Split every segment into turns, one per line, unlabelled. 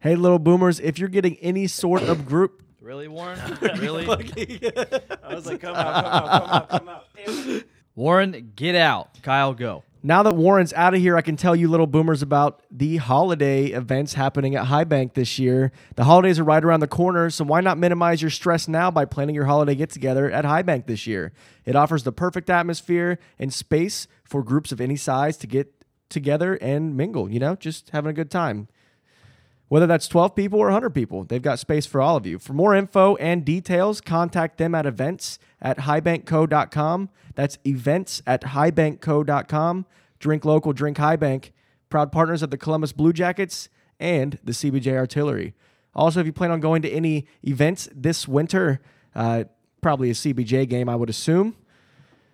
Hey, little boomers, if you're getting any sort of group,
Really, Warren? really?
I was like, come out, come out, come out, come out.
Warren, get out. Kyle, go.
now that Warren's out of here, I can tell you, little boomers, about the holiday events happening at High Bank this year. The holidays are right around the corner, so why not minimize your stress now by planning your holiday get together at High Bank this year? It offers the perfect atmosphere and space for groups of any size to get together and mingle, you know, just having a good time. Whether that's 12 people or 100 people, they've got space for all of you. For more info and details, contact them at events at highbankco.com. That's events at highbankco.com. Drink local, drink highbank. Proud partners of the Columbus Blue Jackets and the CBJ Artillery. Also, if you plan on going to any events this winter, uh, probably a CBJ game, I would assume.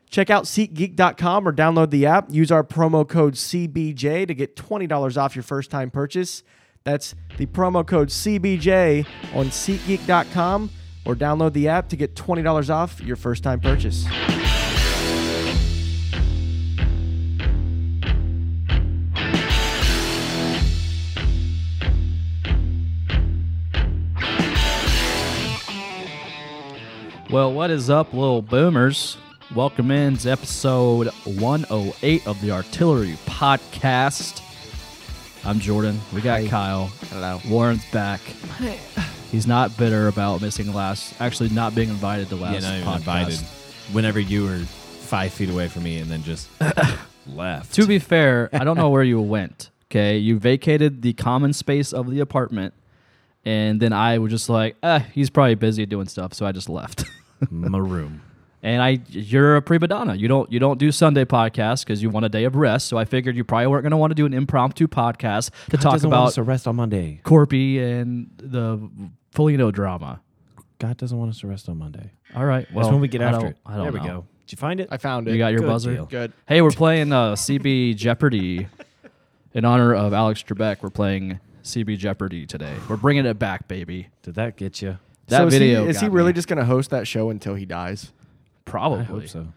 Check out SeatGeek.com or download the app. Use our promo code CBJ to get $20 off your first time purchase. That's the promo code CBJ on SeatGeek.com or download the app to get $20 off your first time purchase.
Well, what is up, little boomers? Welcome in to episode 108 of the Artillery Podcast. I'm Jordan. We got Kyle.
Hello.
Warren's back. He's not bitter about missing last, actually, not being invited to
Yeah,
last
not even
podcast.
invited. Whenever you were five feet away from me and then just left.
To be fair, I don't know where you went. Okay, you vacated the common space of the apartment, and then I was just like, eh, he's probably busy doing stuff, so I just left.
my room.
and I, you're a pre-Madonna. You don't you don't do Sunday podcasts because you want a day of rest. So I figured you probably weren't going to want to do an impromptu podcast to talk
doesn't want us
about
to rest on Monday.
Corpy and the Polino drama.
God doesn't want us to rest on Monday.
All right, well,
That's when we get
I
after
don't-
it.
I don't
there we
know.
go. Did you find it?
I found it.
You got your
Good
buzzer.
deal.
good.
Hey, we're playing uh, CB Jeopardy in honor of Alex Trebek. We're playing CB Jeopardy today. We're bringing it back, baby.
Did that get you?
That
so is
video
He, is he
got
really
me.
just going to host that show until he dies?
probably?
I hope so.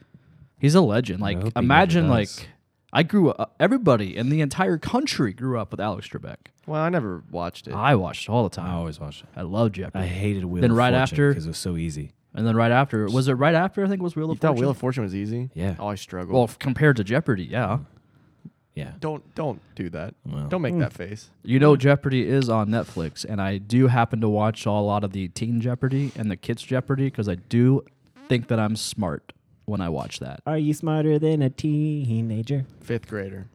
He's a legend. Like,
hope he
imagine
never
like
does.
I grew up. Everybody in the entire country grew up with Alex Trebek.
Well, I never watched it.
I watched all the
I
time.
always watch it.
I loved
I
Jeopardy.
hated Wheel
Then
of
right after-
because it was so easy.
and then right after, was it right after? I think it was Wheel
you
of
thought
Fortune.
Wheel of Fortune was easy?
Yeah.
Oh, I struggled.
well, f- compared to Jeopardy,
Mm-hmm.
yeah.
Yeah.
don't don't do that.
Well.
Don't make that face.
You know, Jeopardy is on Netflix, and I do happen to watch a lot of the Teen Jeopardy and the Kids Jeopardy because I do think that I'm smart when I watch that.
Are you smarter than a teenager?
Fifth grader.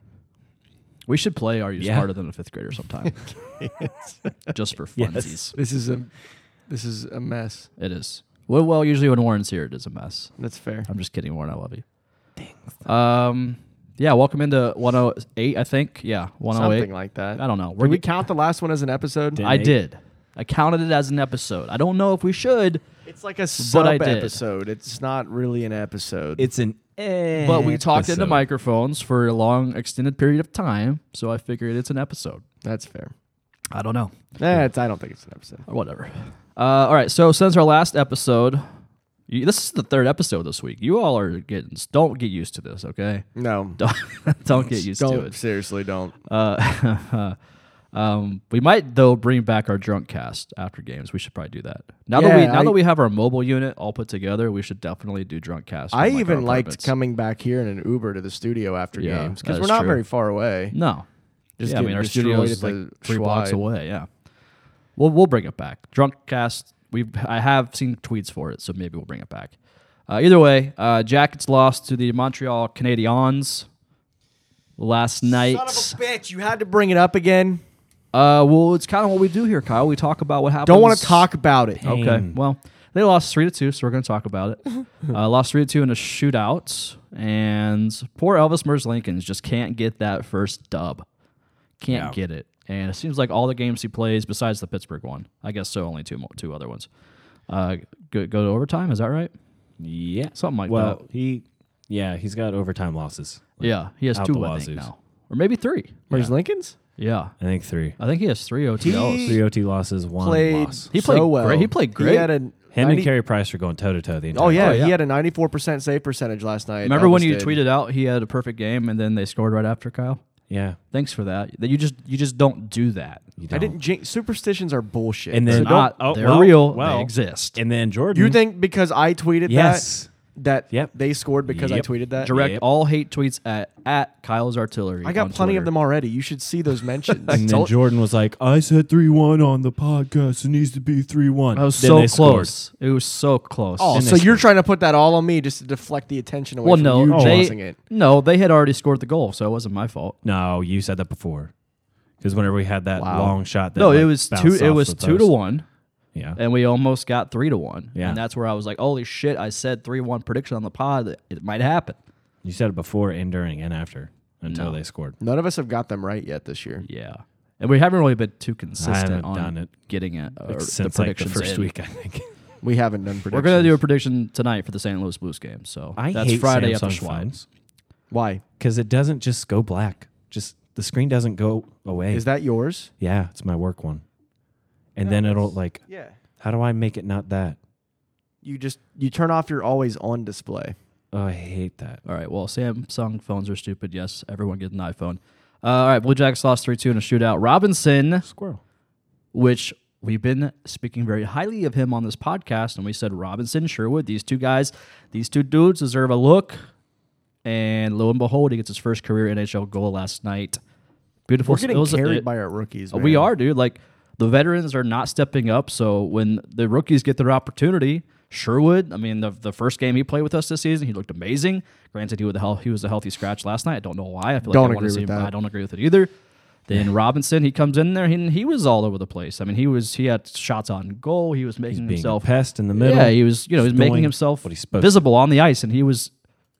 We should play Are You
Yeah.
Smarter Than a Fifth Grader sometime, just for
Yes.
funsies.
This is a this is a mess.
It is. Well, well, usually when Warren's here, it is a mess.
That's fair.
I'm just kidding, Warren. I love you. Thanks. Um, yeah, welcome into 108, I think. Yeah, 108.
Something like that.
I don't know.
Did we
get-
count the last one as an episode?
I did. I counted it as an episode. I don't know if we should.
It's like a sub
I did.
episode. It's not really an episode.
It's an Eh.
But we talked into
episode.
microphones for a long, extended period of time, so I figured it's an episode.
That's fair.
I don't know.
That's, I don't think it's an episode.
Or whatever. Uh, all right, so since our last episode, you, this is the third episode this week. You all are getting, don't get used to this, okay?
No.
Don't, don't get used to
Don't
it.
seriously don't.
Uh, um, we might, though, bring back our drunk cast after games. We should probably do that. Now that we
Yeah,
now
I-
that we have our mobile unit all put together, we should definitely do drunk cast. from,
I
like, our
even liked
apartments.
coming back here in an Uber to the studio after
Yeah,
games
that
because
is
we're not
true.
very far away.
No.
Just
yeah, I mean,
getting
our studio
destroyed at
is like
the
three blocks
Schwide.
away. Yeah, we'll we'll bring it back. Drunk cast. We I have seen tweets for it, so maybe we'll bring it back. Uh, either way, uh, Jackets lost to the Montreal Canadiens last night.
bitch! You had to bring it up again.
uh, well, it's kind of what we do here, Kyle. We talk about what happens.
Don't want to talk about it.
Okay. Well, they lost three to two, so we're going to talk about it. uh, lost three to two in a shootout, and poor Elvis Mers Lincolns just can't get that first dub. Can't
Yeah.
get it, and it seems like all the games he plays, besides the Pittsburgh one, I guess so. Only two mo- two other ones. Uh, go, go to overtime. Is that right?
Yeah.
Something like
well,
that.
he, yeah, he's got overtime losses. Like,
Yeah, he has
out
two
the
I think
wazoo.
now, or maybe three.
Where's Lincoln's?
Yeah,
I think three.
I think he has three OTLs.
He
Three OT losses, one
Played.
loss.
He played
so well.
great- he played great.
He had a
Him
90
and Carey Price are going toe to toe the entire.
Oh yeah,
Oh, yeah.
he had a 94% save percentage last night.
Remember when
Elvis
you
did.
tweeted out he had a perfect game and then they scored right after Kyle?
Yeah.
Thanks for that. That you just you just don't do that.
You
I didn't jinx. Superstitions are bullshit.
And
They're
then-
So don't-
not.
oh,
they're
well,
real.
well.
they exist.
And then Jordan.
you think because I tweeted
Mm. Yes.
that that
Yep.
they scored because
Yep.
I tweeted that?
Direct
Yep.
all hate tweets at at Kyle's Artillery.
I got
on
plenty
Twitter.
of them already. You should see those mentions.
And then
told-
Jordan was like, I said 3 1 on the podcast. It needs to be 3 1.
I was so close. It was so close.
oh,
And
so
they
you're
scored.
trying to put that all on me just to deflect the attention away
well,
from
no,
you
they
causing it.
no, they had already scored the goal, so it wasn't my fault.
No, you said that before. Because whenever we had that
Wow.
long shot, that
No, it
like,
was
bounced
two. It
off
was
the
two to
post.
one,
Yeah.
and we almost got three to one.
Yeah.
and that's where I was like, "Holy shit!" I said three one prediction on the pod. that It might happen.
You said it before and during and after until
No.
they scored.
None of us have got them right yet this year.
Yeah, and we haven't really been too consistent
haven't
on
done it
getting it or
Since
the
like the
predictions
first
in.
week, I think.
We haven't done predictions.
We're gonna do a prediction tonight for the St. Louis Blues game. So
I
that's
hate
Friday
Samsung
at the Schwab.
phones
Why
because it doesn't just go black. Just the screen doesn't go away.
is that yours?
yeah, it's my work one.
Oh,
And then it'll like,
Yeah.
how do I make it not that?
You just you turn off your always on display.
Oh, I hate that.
All right. Well, Samsung phones are stupid. Yes, everyone gets an iPhone. Uh, all right. Blue Jackets lost three two in a shootout. Robinson,
Squirrel.
which we've been speaking very highly of him on this podcast, and we said Robinson, Sherwood, these two guys, these two dudes deserve a look. And lo and behold, he gets his first career NHL goal last night. Beautiful.
We're
it
getting
was a-
carried
it-
by our rookies.
Uh, We
man.
are, dude. Like the veterans are not stepping up. So when the rookies get their opportunity, Sherwood. I mean, the, the first game he played with us this season, he looked amazing. Granted, he was a hel- he was a healthy scratch last night. I don't know why. I feel
Don't
like I want
agree
to see
with
him.
that.
I don't agree with it either. Then Robinson, he comes in there and he was all over the place. I mean, he was he had shots on goal. He was making
Being
himself
a pest in the middle.
Mm, yeah, he was. You know, he was
Just
making
doing
himself
what he's supposed to.
visible on the ice, and he was.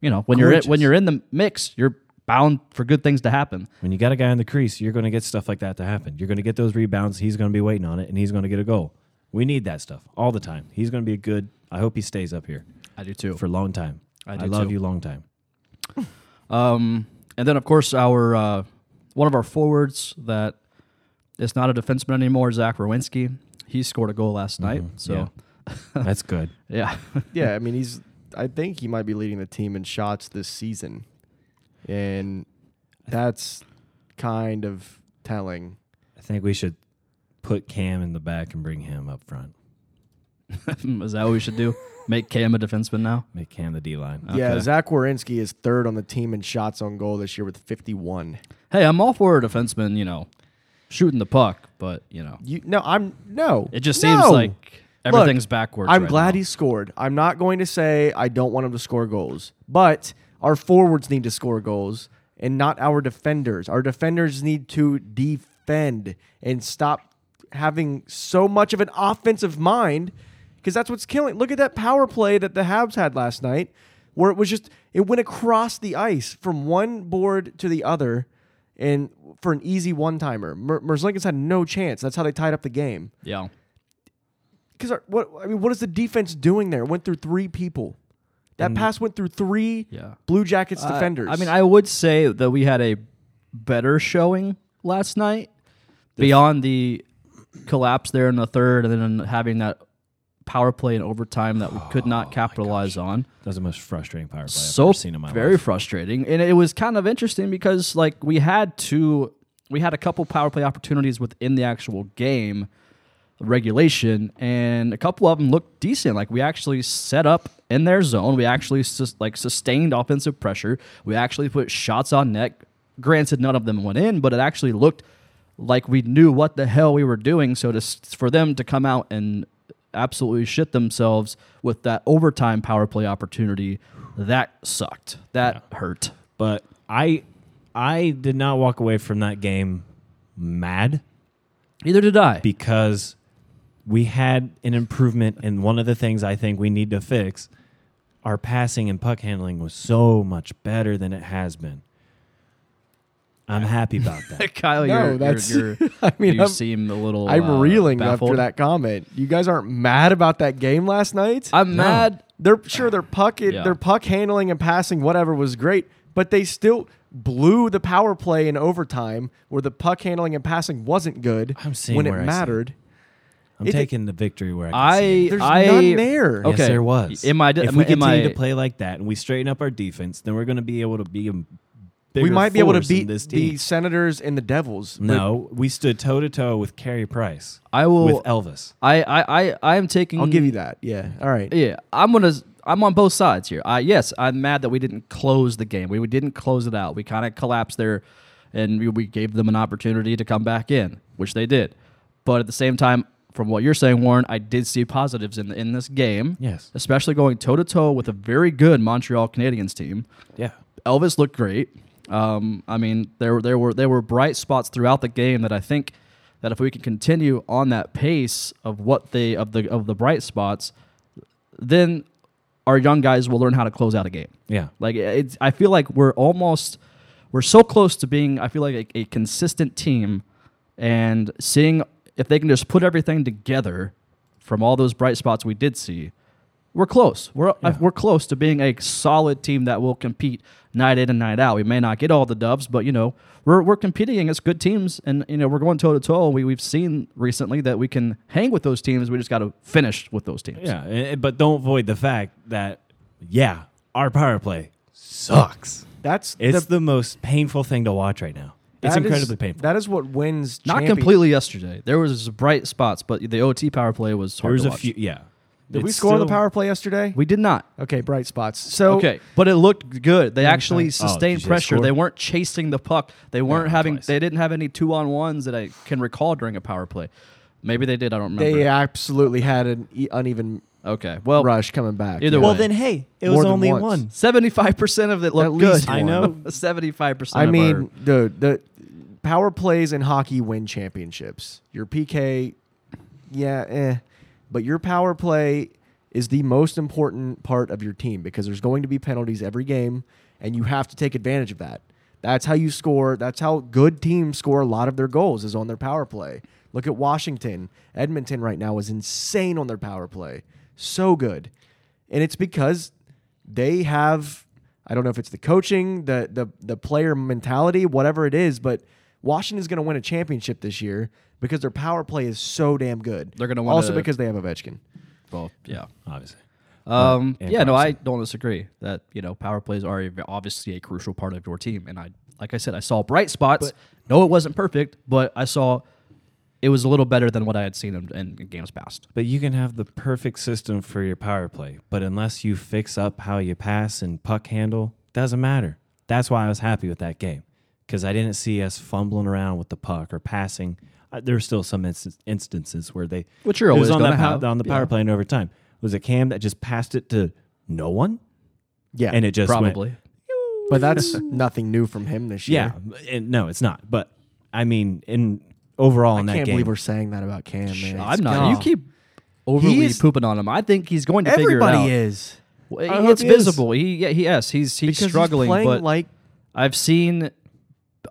You know, when you're in,
Gorgeous.
when you're in the mix, you're bound for good things to happen.
When you got a guy in the crease, you're going to get stuff like that to happen. You're going to get those rebounds. He's going to be waiting on it, and he's going to get a goal. We need that stuff all the time. He's going to be a good. I hope he stays up here
I do too.
for a long time.
I
I,
do
love
too.
you, long time.
Um, and then of course our uh, one of our forwards that is not a defenseman anymore, Zach Rowinski. He scored a goal last night. So
That's good.
yeah,
Mm-hmm. Yeah, I mean he's. I think he might be leading the team in shots this season, and that's kind of telling.
I think we should put Cam in the back and bring him up front.
is that what we should do? Make Cam a defenseman now?
Make Cam the D line.
Yeah,
Okay.
Zach Wierenski is third on the team in shots on goal this year with 51.
Hey, I'm all for a defenseman. You know, shooting the puck, but you know,
You no, I'm no.
it just
No!
seems like everything's backwards.
I'm
right
glad
now.
he scored. I'm not going to say I don't want him to score goals, but our forwards need to score goals and not our defenders. Our defenders need to defend and stop having so much of an offensive mind because that's what's killing. Look at that power play that the Habs had last night where it was just, it went across the ice from one board to the other. And for an easy one timer, Mer- Merzlikins had no chance. That's how they tied up the game
Yeah.
because what I mean, what is the defense doing there? It went through three people. That
Mm.
pass went through three
Yeah.
Blue Jackets
I-
defenders.
Uh, I, mean, I would say that we had a better showing last night beyond the collapse there in the third and then having that power play in overtime that we could
Oh
not capitalize on.
That was the most frustrating power play I've
So
ever seen in my
very
life.
frustrating. And it was kind of interesting because like we had two we had a couple power play opportunities within the actual game regulation and a couple of them looked decent like we actually set up in their zone we actually sus- like sustained offensive pressure we actually put shots on net granted none of them went in but it actually looked like we knew what the hell we were doing so to s- for them to come out and absolutely shit themselves with that overtime power play opportunity that sucked that hurt
but Uh, I I did not walk away from that game mad
neither did i
because we had an improvement and one of the things I think we need to fix our passing and puck handling was so much better than it has been. I'm happy about that.
Kyle,
No,
you're, you're-
that's-
you're,
I mean,
you
I'm-
seem a little.
I'm
uh,
reeling after
baffled.
that comment. You guys aren't mad about that game last night?
I'm mad.
They're sure their puck,
Yeah.
their puck handling and passing, whatever, was great, but they still blew the power play in overtime where the puck handling and passing wasn't good
I'm seeing
when it
where I see it.
mattered.
I'm
It-
taking the victory where I can see it.
I
There's
I,
none there.
Okay,
Yes, there was.
Am I?
if we
am
continue
I,
to play like that and we straighten up our defense, then we're going to be able to be a
we might be able to
force than
beat
this
the
team.
Senators and the Devils. but
No, we stood toe to toe with Carey Price.
I will-
with Elvis.
I, I, I, I am taking.
I'll give you that. Yeah. All right.
Yeah, I'm gonna. I'm on both sides here. I yes, I'm mad that we didn't close the game. We, we didn't close it out. We kind of collapsed there, and we, we gave them an opportunity to come back in, which they did. But at the same time, from what you're saying, Warren, I did see positives in in this game.
Yes.
especially going toe to toe with a very good Montreal Canadiens team.
Yeah.
Elvis looked great. Um, I mean, there were there were there were bright spots throughout the game that I think that if we can continue on that pace of what they of the of the bright spots, then our young guys will learn how to close out a game.
Yeah.
Like it's, I feel like we're almost we're so close to being I feel like a, a consistent team and seeing if they can just put everything together from all those bright spots we did see. We're close. We're uh,
Yeah.
we're close to being a solid team that will compete night in and night out. We may not get all the dubs, but you know we're, we're competing against good teams, and you know we're going toe to toe. We we've seen recently that we can hang with those teams. We just got to finish with those teams.
Yeah. eh, eh, But don't void the fact that, yeah, our power play sucks.
That's
It's
the,
the, most painful thing to watch right now. It's
that is-
incredibly painful.
That is what wins.
Not
champion-
completely yesterday. There was bright spots, but the OT power play was hard
there was
to
a
watch.
few. Yeah.
Did we
It's
score on the
still-
power play yesterday?
We did not.
okay, bright spots. So
okay, but it looked good. They actually
Oh,
sustained
did you say
pressure.
score?
They weren't chasing the puck. They weren't
No,
having.
twice.
They didn't have any two on ones that I can recall during a power play. Maybe they did. I don't remember.
they absolutely had an e- uneven
uh,
Okay. Well,
rush coming back.
Either
yeah.
way.
Well, then, hey, it
More
was
than
only
once.
one.
seventy-five percent of it looked
least
good.
I one.
know.
Seventy-five percent.
I mean, the the power plays in hockey win championships. Your PK, yeah, eh, but your power play is the most important part of your team because there's going to be penalties every game, and you have to take advantage of that. That's how you score. That's how good teams score a lot of their goals is on their power play. Look at Washington. Edmonton right now is insane on their power play. So good. And it's because they have I don't know if it's the coaching, the the the player mentality, whatever it is, but Washington's going to win a championship this year because their power play is so damn good.
They're gonna win
also
a-
because they have Ovechkin.
well, yeah.
Obviously.
Um,
and
yeah, no, I
Carlson.
don't disagree that you know power plays are a- obviously a crucial part of your team, and I, like I said, I saw bright spots. no, it wasn't perfect, but I saw it was a little better than what I had seen in, in, in games past.
But you can have the perfect system for your power play, but unless you fix up how you pass and puck handle, doesn't matter. That's why I was happy with that game because I didn't see us fumbling around with the puck or passing. Uh, there were still some insta- instances where they
Which you're
it was
always
on
gonna
that pow-
have,
on the
yeah.
power play and over time. Was it Cam that just passed it to no one
Yeah.
and it just went-
Probably.
but that's nothing new from him this year.
yeah, and no, it's not. But I mean, in overall, in
I
that
can't
game,
believe we're saying that about Cam, man.
I'm not. You
God.
keep overly
He's-
pooping on him. I think he's going to
Everybody
figure it out.
is.
Well,
I hope
it's
he is.
visible. He, yeah, he, yes, he's he's
Because he's
struggling,
playing
but
like
I've seen,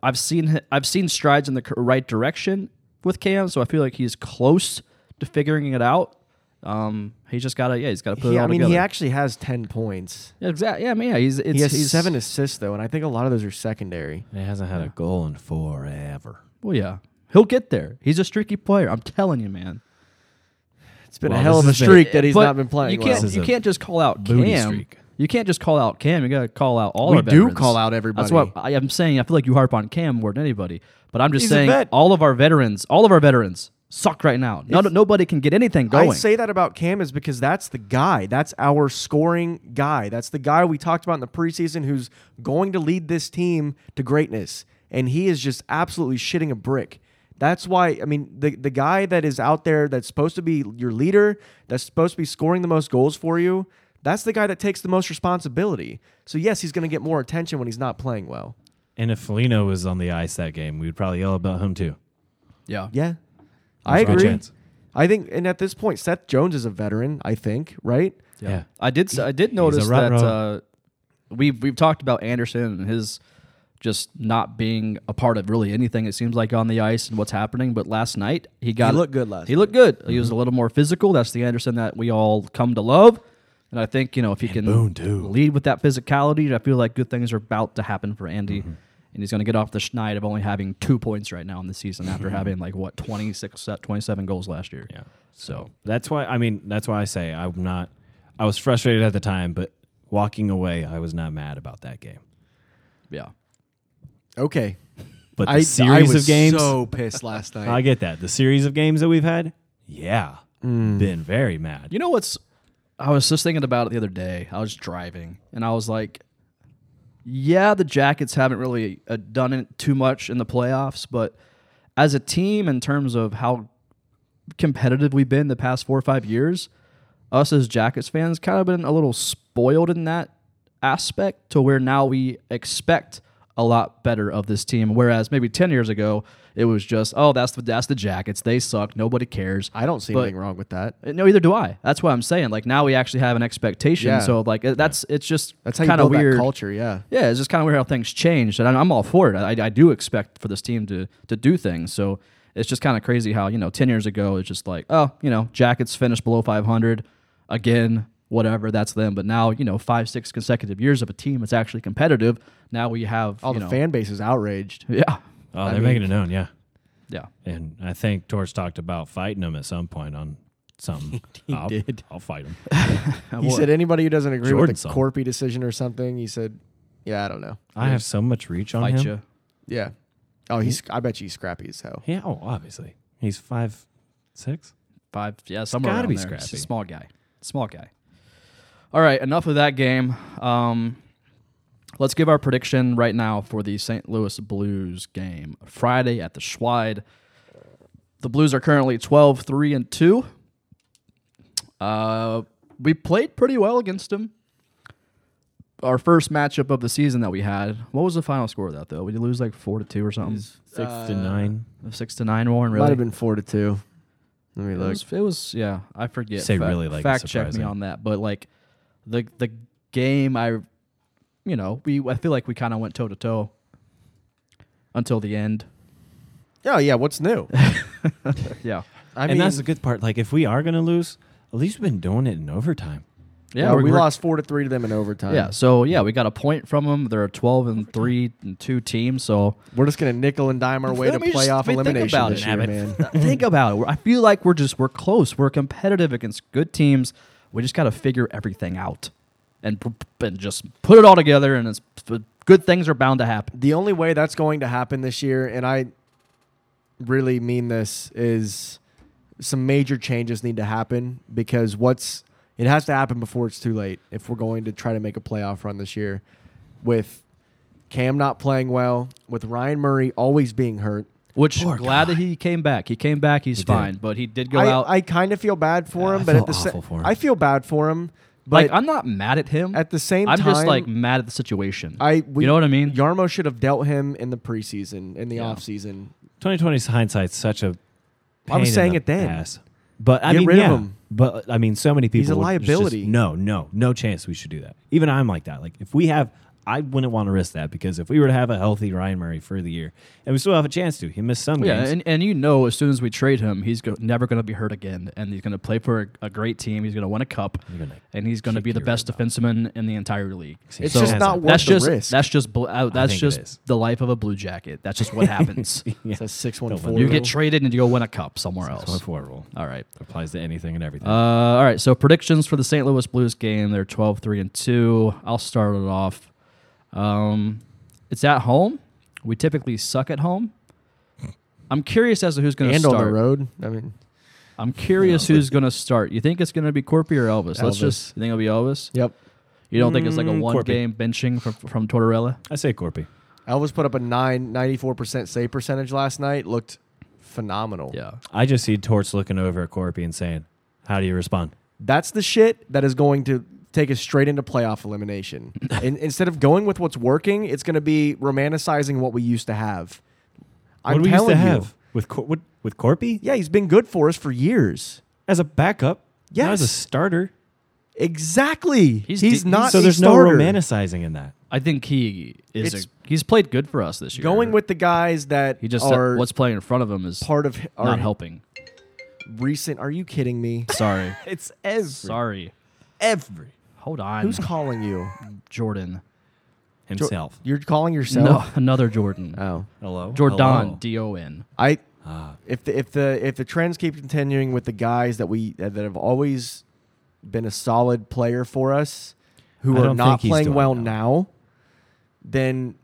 I've seen, I've seen strides in the cor- right direction with Cam. So I feel like he's close to figuring it out. Um, he's just gotta, yeah, he's gotta put
he,
it all
I mean
together.
he actually has 10 points.
yeah, exactly. Yeah, I mean, yeah, he's it's
he has
he's,
7 assists though, and I think a lot of those are secondary.
it hasn't had a goal in forever.
Well, yeah, he'll get there. He's a streaky player. I'm telling you, man.
It's been
Well,
a hell
this
of a
has been-
streak that he's
But
not been playing
You can't,
well.
is
you
a
can't just call out
booty
Cam.
streak.
You can't just call out Cam. You gotta call out all.
We
our
do
veterans.
call out everybody.
That's what I am saying. I feel like you harp on Cam more than anybody. But I'm just
He's a
saying
vet.
all of our veterans, all of our veterans suck right now. None, nobody can get anything going.
I say that about Cam is because that's the guy. That's our scoring guy. That's the guy we talked about in the preseason who's going to lead this team to greatness. And he is just absolutely shitting a brick. That's why, I mean, the, the guy that is out there that's supposed to be your leader, that's supposed to be scoring the most goals for you, that's the guy that takes the most responsibility. So, yes, he's going to get more attention when he's not playing well.
And if Felino was on the ice that game, we'd probably yell about him too.
yeah.
Yeah. I
There's no
agree.
chance.
I think, and at this point, Seth Jones is a veteran, I think, right?
Yeah.
Yeah.
I did. s- I did notice
rut
that
row.
uh, we've we've talked about Anderson and his just not being a part of really anything. It seems like on the ice and what's happening. But last night he got
looked good last
He looked good. He was a little more physical. That's the Anderson that we all come to love. And I think you know if he can
Boone, too.
lead with that physicality, I feel like good things are about to happen for Andy.
Mm-hmm.
And he's going to get off the schneid of only having two points right now in the season after having like what 26, 27 goals last year.
Mm-hmm. Yeah.
So
That's why I mean that's why I say I'm not I was frustrated at the time, but walking away I was not mad about that game.
yeah.
Okay.
But the
I, I
series
was
of games,
so pissed last night.
I get that. The series of games that we've had, yeah, been very mad.
You know what's? I was just thinking about it the other day. I was driving and I was like, yeah, the Jackets haven't really uh, done it too much in the playoffs, but as a team, in terms of how competitive we've been the past four or five years, us as Jackets fans kind of been a little spoiled in that aspect to where now we expect a lot better of this team. Whereas maybe 10 years ago, it was just, oh, that's the, that's the Jackets. They suck. Nobody cares.
I don't see
But-
anything wrong with that.
Uh, No, either do I. That's what I'm saying. Like now we actually have an expectation.
Yeah.
So like it- that's it's just
That's how you
kind of
build
weird.
that culture. Yeah.
Yeah, it's just kind of weird how things changed, and I- I'm all for it. I, I do expect for this team to to do things. So it's just kind of crazy how you know ten years ago it's just like oh you know Jackets finished below 500 again, whatever that's them. But now you know five six consecutive years of a team that's actually competitive. Now we have
All
you
the
know,
fan base is outraged.
Yeah,
Oh,
I
they're
mean,
making it known, yeah.
yeah.
And I think Torch talked about fighting them at some point on something. he I'll,
did.
I'll fight them.
He said anybody who doesn't agree with
Jordan
the
song.
Corpy decision or something, he said, "Yeah, I don't know."
I have so much reach on
fight
him.
you.
Yeah. Oh, he's. I bet you he's scrappy as hell.
Yeah, oh, obviously. He's five, six.
five. Yeah, somewhere around
gotta be
there. It's a
scrappy.
small guy. Small guy. All right, enough of that game. Um, let's give our prediction right now for the St. Louis Blues game Friday at the Schwide. The Blues are currently 12 3 and 2. Uh, we played pretty well against them. Our first matchup of the season that we had. What was the final score of that though? We did lose like four to two or
Uh,
something.
Six to nine.
Six to nine, Warren. Really?
Might have been four to two. Let me
It
look.
was, it was yeah. I forget.
Say really, like,
fact check me
surprising.
on that, but like the the game, I you know we I feel like we kind of went toe to toe until the end.
Oh yeah, what's new?
Yeah,
I mean,
and that's the good part. Like, if we are going to lose, at least we've been doing it in overtime.
yeah,
we
we're- uh,
lost four to three to them in overtime.
Yeah, so yeah, we got a point from them. They're a twelve and three and two team. So
We're just gonna nickel and dime our way to
Let me just-
playoff
I mean, think
elimination
about
this
it,
year,
Abbott.
man.
think about it. I feel like we're just we're close. We're competitive against good teams. We just got to figure everything out and p- p- and just put it all together. And it's good things are bound to happen.
The only way that's going to happen this year, and I really mean this, is some major changes need to happen because what's it has to happen before it's too late if we're going to try to make a playoff run this year with Cam not playing well, with Ryan Murray always being hurt.
Which glad that he came back. He came back. He's fine, but he did go
I,
out.
I kind of feel bad for
Yeah,
him,
I
but
feel
at the
awful for
same
him.
I feel bad for him, but
like I'm not mad at him.
at the same
I'm just
time-
like mad at the situation.
I we,
you know what I mean?
Yarmo should have dealt him in the preseason, in the
Yeah.
off offseason.
2020's hindsight's such a.
I was
pain in
saying
the
it then.
ass. But I
Get
mean,
rid of
yeah.
him.
But I mean, so many people.
He's a
would- it's just,
liability.
no, no, no chance we should do that. Even I'm like that. Like if we have, I wouldn't want to risk that because if we were to have a healthy Ryan Murray for the year, and we still have a chance to, he missed some
yeah,
games.
and, and you know, as soon as we trade him, he's go- never going to be hurt again, and he's going to play for a, a great team. He's going to win a cup,
You're gonna
and he's going to
kick
be the
your
best defenseman in the entire league.
It's
It's just
has
not
a-
worth
that's
the
just
risk.
that's just bl- uh, that's
think it
just
is.
the life of a Blue Jacket. That's just what happens.
It's a six one
Don't
four.
let
you get traded and you go win a cup somewhere
So
else.
horrible.
All right.
Applies to anything and everything.
Uh, all right. So predictions for the St. Louis Blues game. They're 12 3 and 2. I'll start it off. Um, it's at home. We typically suck at home. I'm curious as to who's going to
and
start.
on the road. I mean,
I'm curious who's going to start. You think it's going to be Corpy or Elvis? Let's
Elvis.
just. You think it'll be Elvis?
yep.
You don't think it's like a
Mm,
one
Corpy.
game benching from, from Tortorella?
I say Corpy.
Elvis put up a nine, 94% save percentage last night. Looked phenomenal.
Yeah.
I just see Torch looking over at Corpy and saying, "How do you respond?"
That's the shit that is going to take us straight into playoff elimination. and instead of going with what's working, it's going to be romanticizing what we used to have.
what
I'm
do we used
telling
to
you.
have with Cor- with, with Corpy
Yeah, he's been good for us for years.
as a backup, not as a
Yes.
starter.
Exactly.
He's
He's,
de-
not
so
a
there's
starter.
no romanticizing in that.
I think he is.
It's-
a- he's played good for us this year.
Going with the guys that
He just uh,
are
what's playing in front of him is
part of
not
our
helping.
recent. Are you kidding me?
Sorry.
It's every
Sorry.
every
Hold on.
Who's calling you?
Jordan?
himself.
You're calling
No,
yourself?
another Jordan.
Oh.
Hello,
Jordan,
Hello?
D O N.
I
Ah.
if the if the if the trends keep continuing with the guys that we that have always been a solid player for us, who
I
are
don't
not
think he's
playing
doing
well
that.
now, then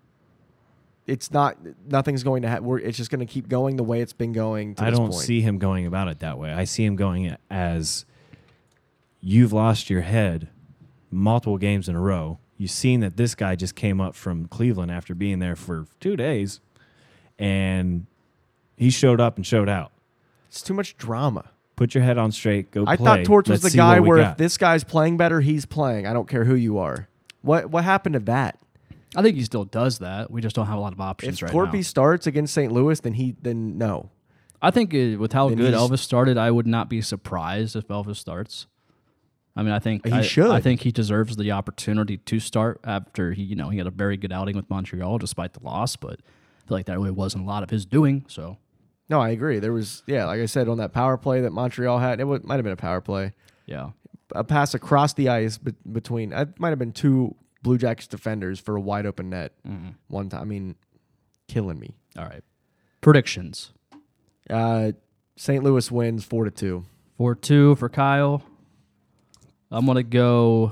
it's not nothing's going to happen. It's just going to keep going the way it's been going. To
I
this
don't
point.
see him going about it that way. I see him going it as you've lost your head multiple games in a row. You've seen that this guy just came up from Cleveland after being there for two days, and he showed up and showed out.
It's too much drama.
Put your head on straight. Go.
I
play.
thought Torch was
Let's
the
see what
guy
we
where if
got.
this guy's playing better, he's playing. I don't care who you are. What what happened to that?
I think he still does that. We just don't have a lot of options
If
right
Torpy
now.
starts against St. Louis, then he then no.
I think uh, with how
Then
good
he's-
Elvis started, I would not be surprised if Elvis starts. I mean, I think
He
I,
should.
I think he deserves the opportunity to start after he, you know, he had a very good outing with Montreal despite the loss, but I feel like that really wasn't a lot of his doing. So
No, I agree. There was yeah, like I said on that power play that Montreal had. It wa- might have been a power play,
yeah,
a pass across the ice be- between. It might have been two Blue Jackets defenders for a wide open net
Mm-hmm.
one time. I mean, killing me.
all right. Predictions
Uh, St. Louis wins four to two.
four two for Kyle. I'm gonna go.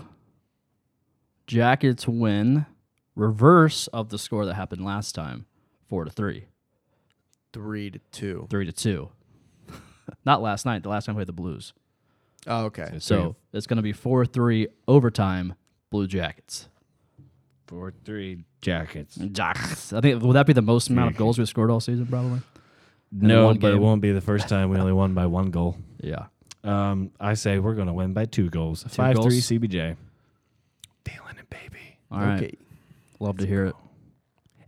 Jackets win, reverse of the score that happened last time, four to three.
Three to two.
three to two. Not last night. The last time we had the Blues.
Oh, okay.
So it's going to be four three overtime. Blue Jackets.
four three jackets.
Jackets. I think would that be the most amount of goals we've scored all season? Probably.
No,
one
but it
game.
won't be the first time we only won by one goal.
Yeah.
Um, I say we're gonna win by two goals. Five
goals?
three CBJ. Feeling it, baby.
All right.
Okay.
Love to hear it.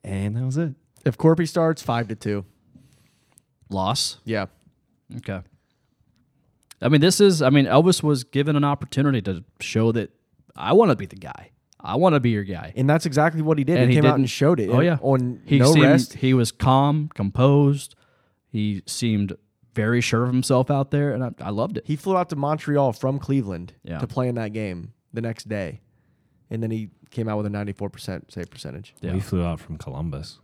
And that was it.
If Corpy starts, five to two.
Loss.
Yeah.
Okay. I mean, this is. I mean, Elvis was given an opportunity to show that I want to be the guy. I want to be your guy.
And that's exactly what he did.
And
he,
he
came out
didn't-
and showed it.
Oh
And
yeah.
On
he
no
seemed,
rest.
He was calm, composed. He seemed very sure of himself out there, and I, I loved it.
He flew out to Montreal from Cleveland
Yeah.
to play in that game the next day. And then he came out with a 94% save percentage.
Yeah.
We flew out from Columbus.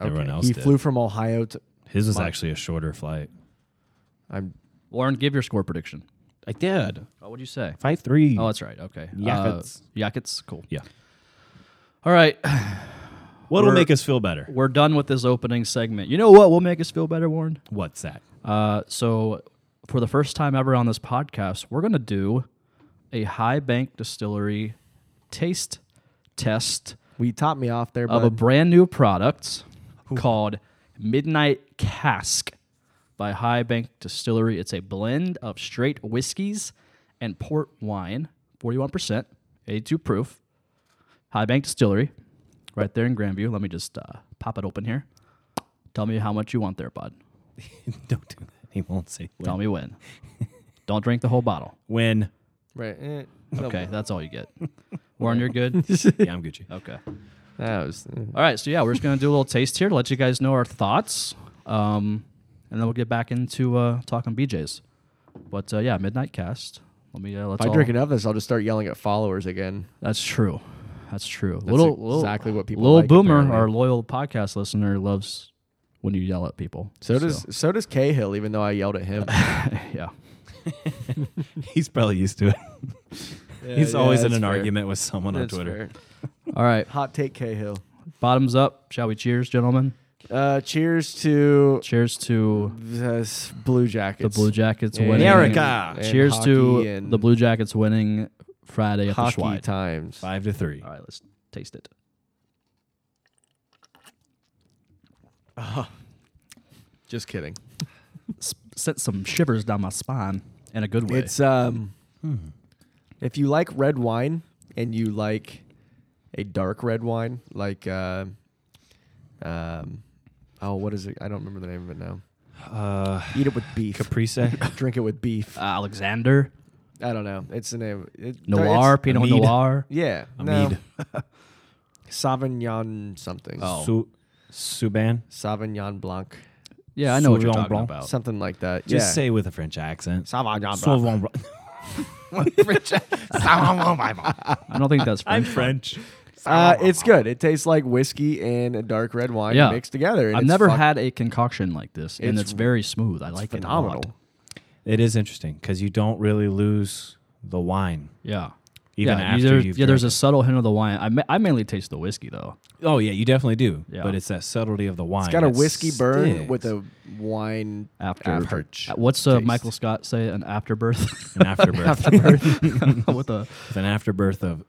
Everyone else
He
did.
flew from Ohio to.
His was actually a shorter flight.
I'm,
Warren, give your score prediction.
I did.
What would you say?
Five three.
Oh, that's right. Okay.
Yakets.
Uh, Yakets. Cool.
yeah.
All right.
What'll
We're-
make us feel better?
We're done with this opening segment. You know what will make us feel better, Warren?
What's that?
Uh, so, for the first time ever on this podcast, we're going to do a high bank distillery taste test
we topped me off there,
of a
but
brand new product called Midnight Cask by High Bank Distillery. It's a blend of straight whiskeys and port wine, 41%, 82 proof. High Bank Distillery, right there in Grandview. Let me just uh, pop it open here. Tell me how much you want there, bud.
Don't do that. He won't say
Tell me when. Don't drink the whole bottle.
when.
right. eh, no.
Okay, that's all you get. Warren, you're good?
yeah, I'm Gucci.
Okay.
That was. eh.
All right, so yeah, we're just gonna do a little taste here to let you guys know our thoughts, um, and then we'll get back into uh, talking BJ's. But uh, yeah, midnight cast. Let me. Uh, let's
If I
all-
drink enough of this, I'll just start yelling at followers again.
That's true. That's true.
exactly what people
Little
like,
Boomer,
apparently.
our loyal podcast listener, loves when you yell at people.
So does so does Cahill, even though I yelled at him.
yeah.
He's probably used to it. He's
yeah,
always in
that's
an
fair.
argument with someone
That's
on Twitter.
fair.
All right,
Hot take Cahill.
bottoms up. Shall we cheers, gentlemen?
Uh, cheers to
Cheers to
this Blue
the
Jackets.
Blue Jackets
And-
winning.
America.
and
Cheers
hockey
to
and
the Blue Jackets winning Friday at the
hockey
Schwide.
times.
Five to three.
All right, let's taste it.
Just kidding.
s- sent some shivers down my spine in a good way.
It's um,
Hmm.
if you like red wine and you like a dark red wine, like uh, um, oh, what is it? I don't remember the name of it now.
Uh,
Eat it with beef.
Caprice.
Drink it with beef.
Uh, Alexander
I don't know. It's the name. It, no, it's-
Noir, Pinot
Amid.
Noir.
Yeah. No.
Amid.
Sauvignon something.
Oh.
Su- Suban.
Sauvignon Blanc.
Yeah, I know what you're
Sauvignon
talking
Blanc.
about.
Something like that.
Just
yeah.
say with a French accent.
Sauvignon Blanc.
Sauvignon Blanc.
I don't think that's French.
French.
Uh, it's good. It tastes like whiskey and a dark red wine
Yeah.
mixed together. and
I've
it's
never
fuck-
had a concoction like this, and
It's-
it's very smooth. I like it a lot.
phenomenal.
It is interesting because you don't really lose the wine.
Yeah,
even
yeah,
after
there-
you've
yeah. There's a
drank
subtle hint of the wine. I, ma- I mainly taste the whiskey though.
it. oh yeah, you definitely do.
Yeah.
But it's that subtlety of the wine.
It's got a
that
whiskey burn
sticks.
with a wine
After,
Afterch-
Uh, what's uh,
taste.
Michael Scott say? An afterbirth
an afterbirth.
with a
With an afterbirth of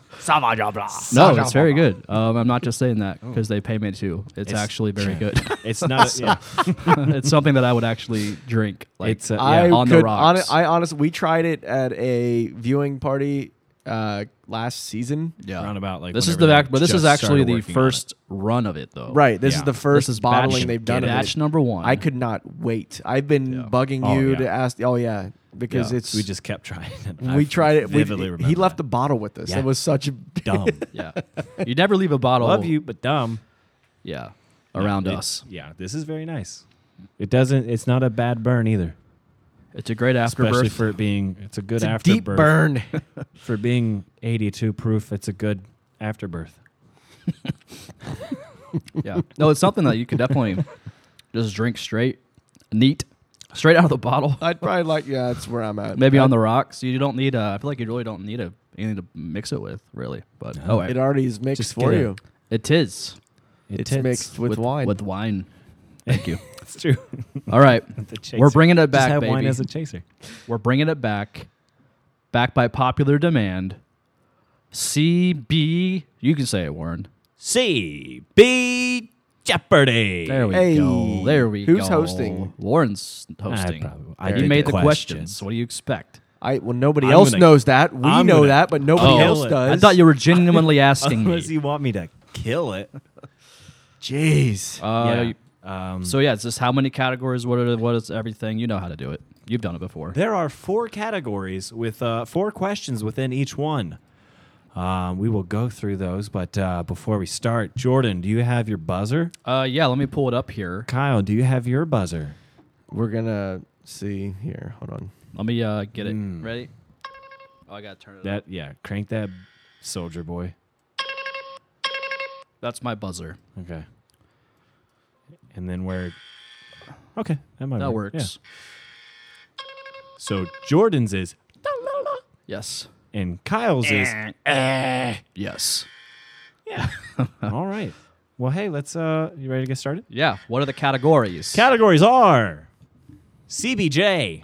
no. It's very good. Um, I'm not just saying that because they pay me too. It's, actually very good.
it's not yeah.
it's something that I would actually drink. Like
It's a- Yeah,
uh, I
on the
could, hon-
rocks.
I honestly, we tried it at a viewing party uh, last season.
yeah.
around about like
This is
whenever
the
they
back, but this
just
is actually
started
the
working on it.
first run of it though.
Right. This
Yeah.
is the first
this is
bottling
batch,
they've done of it.
Batch number one.
I could not wait. I've been
Yeah.
bugging
Oh,
you
yeah.
to ask. Oh yeah, because
Yeah.
it's
We just kept trying. It.
we
I
tried it. We,
vividly
he
remember
left
that.
the bottle with us.
Yeah.
It was such a
dumb.
Yeah. You never leave a bottle.
Love you, but dumb.
Yeah. Around
No, it-
us.
Yeah, this is very nice. It doesn't. It's not a bad burn either.
It's a great
Especially
afterbirth.
for it being, it's a good
it's a
afterbirth.
deep burn.
For being 82 proof, it's a good afterbirth.
yeah. No, it's something that you could definitely just drink straight, neat, straight out of the bottle.
I'd probably like. Yeah, that's where I'm at.
Maybe
I-
on the rocks. You don't need. Uh, I feel like you really don't need a anything to mix it with, really. But oh,
No.
It
it,
already is mixed
Just
for
get a-
you.
it is
It's
tits.
mixed with, wine.
With wine. Thank you.
It's true.
All right,
The
we're
chaser.
bringing it
Just
back,
have wine
baby.
as a chaser.
we're bringing it back, back by popular demand. CB, you can say it, Warren.
C B Jeopardy.
There we
Hey.
go. There we go.
Who's hosting?
Warren's hosting.
I probably- I
you
did
made the
the
questions.
questions.
What do you expect?
I well, nobody
I'm
else
gonna-
knows that. We
I'm
know
gonna
that, but nobody
Oh.
else
Kill it.
does.
I thought you were genuinely asking
Unless
me.
you want me to kill it.
Jeez.
Uh,
yeah. Um,
So yeah, it's just how many categories? What are what is everything? You know how to do it. You've done it before.
There are four categories with uh, four questions within each one. Um, we will go through those, but uh, before we start, Jordan, do you have your buzzer?
Uh, yeah, let me pull it up here.
Kyle, do you have your buzzer?
We're gonna see here. Hold on.
Let me uh, get it ready. Oh, I gotta turn it. up.
That Hmm. yeah, crank that, soldier boy.
That's my buzzer.
Okay. And then we're okay. That might
That
work.
works.
Yeah. So Jordan's is
Yes.
and Kyle's is.
Eh.
Yes.
All right. Well, hey, let's. Uh, you ready to get started?
Yeah. What are the categories?
Categories are CBJ.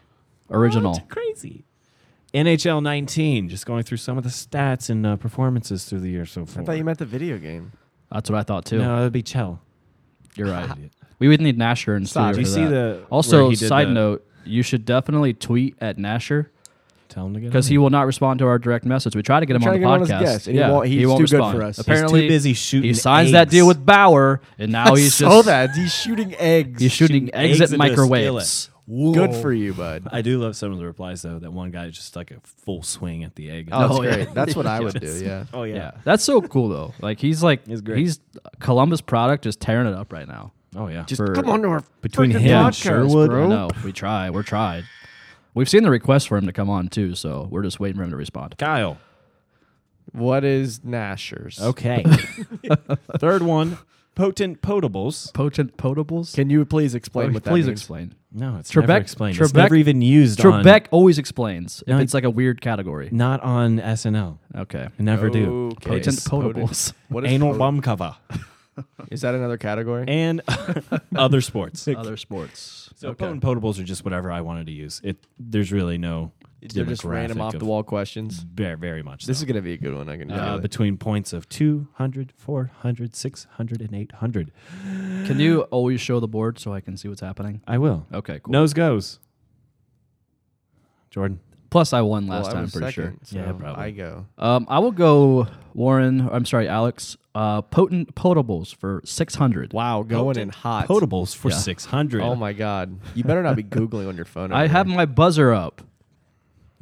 Original.
That's crazy. NHL 19, just going through some of the stats and uh, performances through the year so far.
I thought you meant the video game.
That's what I thought too.
no, that'd be Chell.
You're right. we would need Nasher and
Stop.
Stop.
Do
you see the-
also
where he did
side
the-
note? You should definitely tweet at Nasher
Tell him to get
because
on
he
it.
will not respond to our direct message. We try to get him
Mm-hmm. try
on the
to get him on as
podcast.
guest, and he won't- he's too good for us. He's too
Apparently,
busy shooting
He signs that
eggs.
deal with Bauer, and now he's
I
just
saw that he's shooting eggs.
he's shooting eggs at
into a
microwaves.
skillet.
Good
Whoa.
for you, bud.
I do love some of the replies though. That one guy just like a full swing at the egg.
Oh, that's
No, yeah.
great. That's what I would do. Yeah.
Oh
Yeah. that's so cool though. Like he's like
He's great.
he's Columbus product is tearing it up right now.
Oh yeah.
Just
For-
come on to our
Between
freaking
him and
podcast,
Sherwood,
bro.
I know we try, we're tried. We've seen the request for him to come on too, so we're just waiting for him to respond.
Kyle.
What is Nashers?
Okay. Third one, potent potables.
Potent potables.
Can you please explain what that
please
means?
explain.
No, it's
Trebek-
never explained. It's
Trebek-
never even used. on-
Trebek always explains if
No,
it's like a weird category.
not on SNL.
Okay.
I never do.
Okay.
Potent
so potent.
potables.
Oh, What is
Anal
potent?
bum cover
Is that another category?
and other sports.
Other sports.
So potent potables are just whatever I wanted to use. It there's really no.
They're just random
demographic
off
of-
the wall questions.
Very, very much.
This
so.
is gonna be a good one. I can
uh,
tell. it.
between points of 200, 400, 600, and 800.
Can you always show the board so I can see what's happening?
I will.
Okay, cool.
Nose goes. Jordan.
Plus, I won
Well,
last
Oh, I
time,
was
pretty
second,
sure.
so
Yeah, probably.
I go.
Um, I will go Warren. I'm sorry, Alex. Uh, potent potables for 600.
Wow, going in hot.
Potables for
Yeah.
600.
Oh my god! You better not be googling on your phone.
I
over
have
there.
my buzzer up,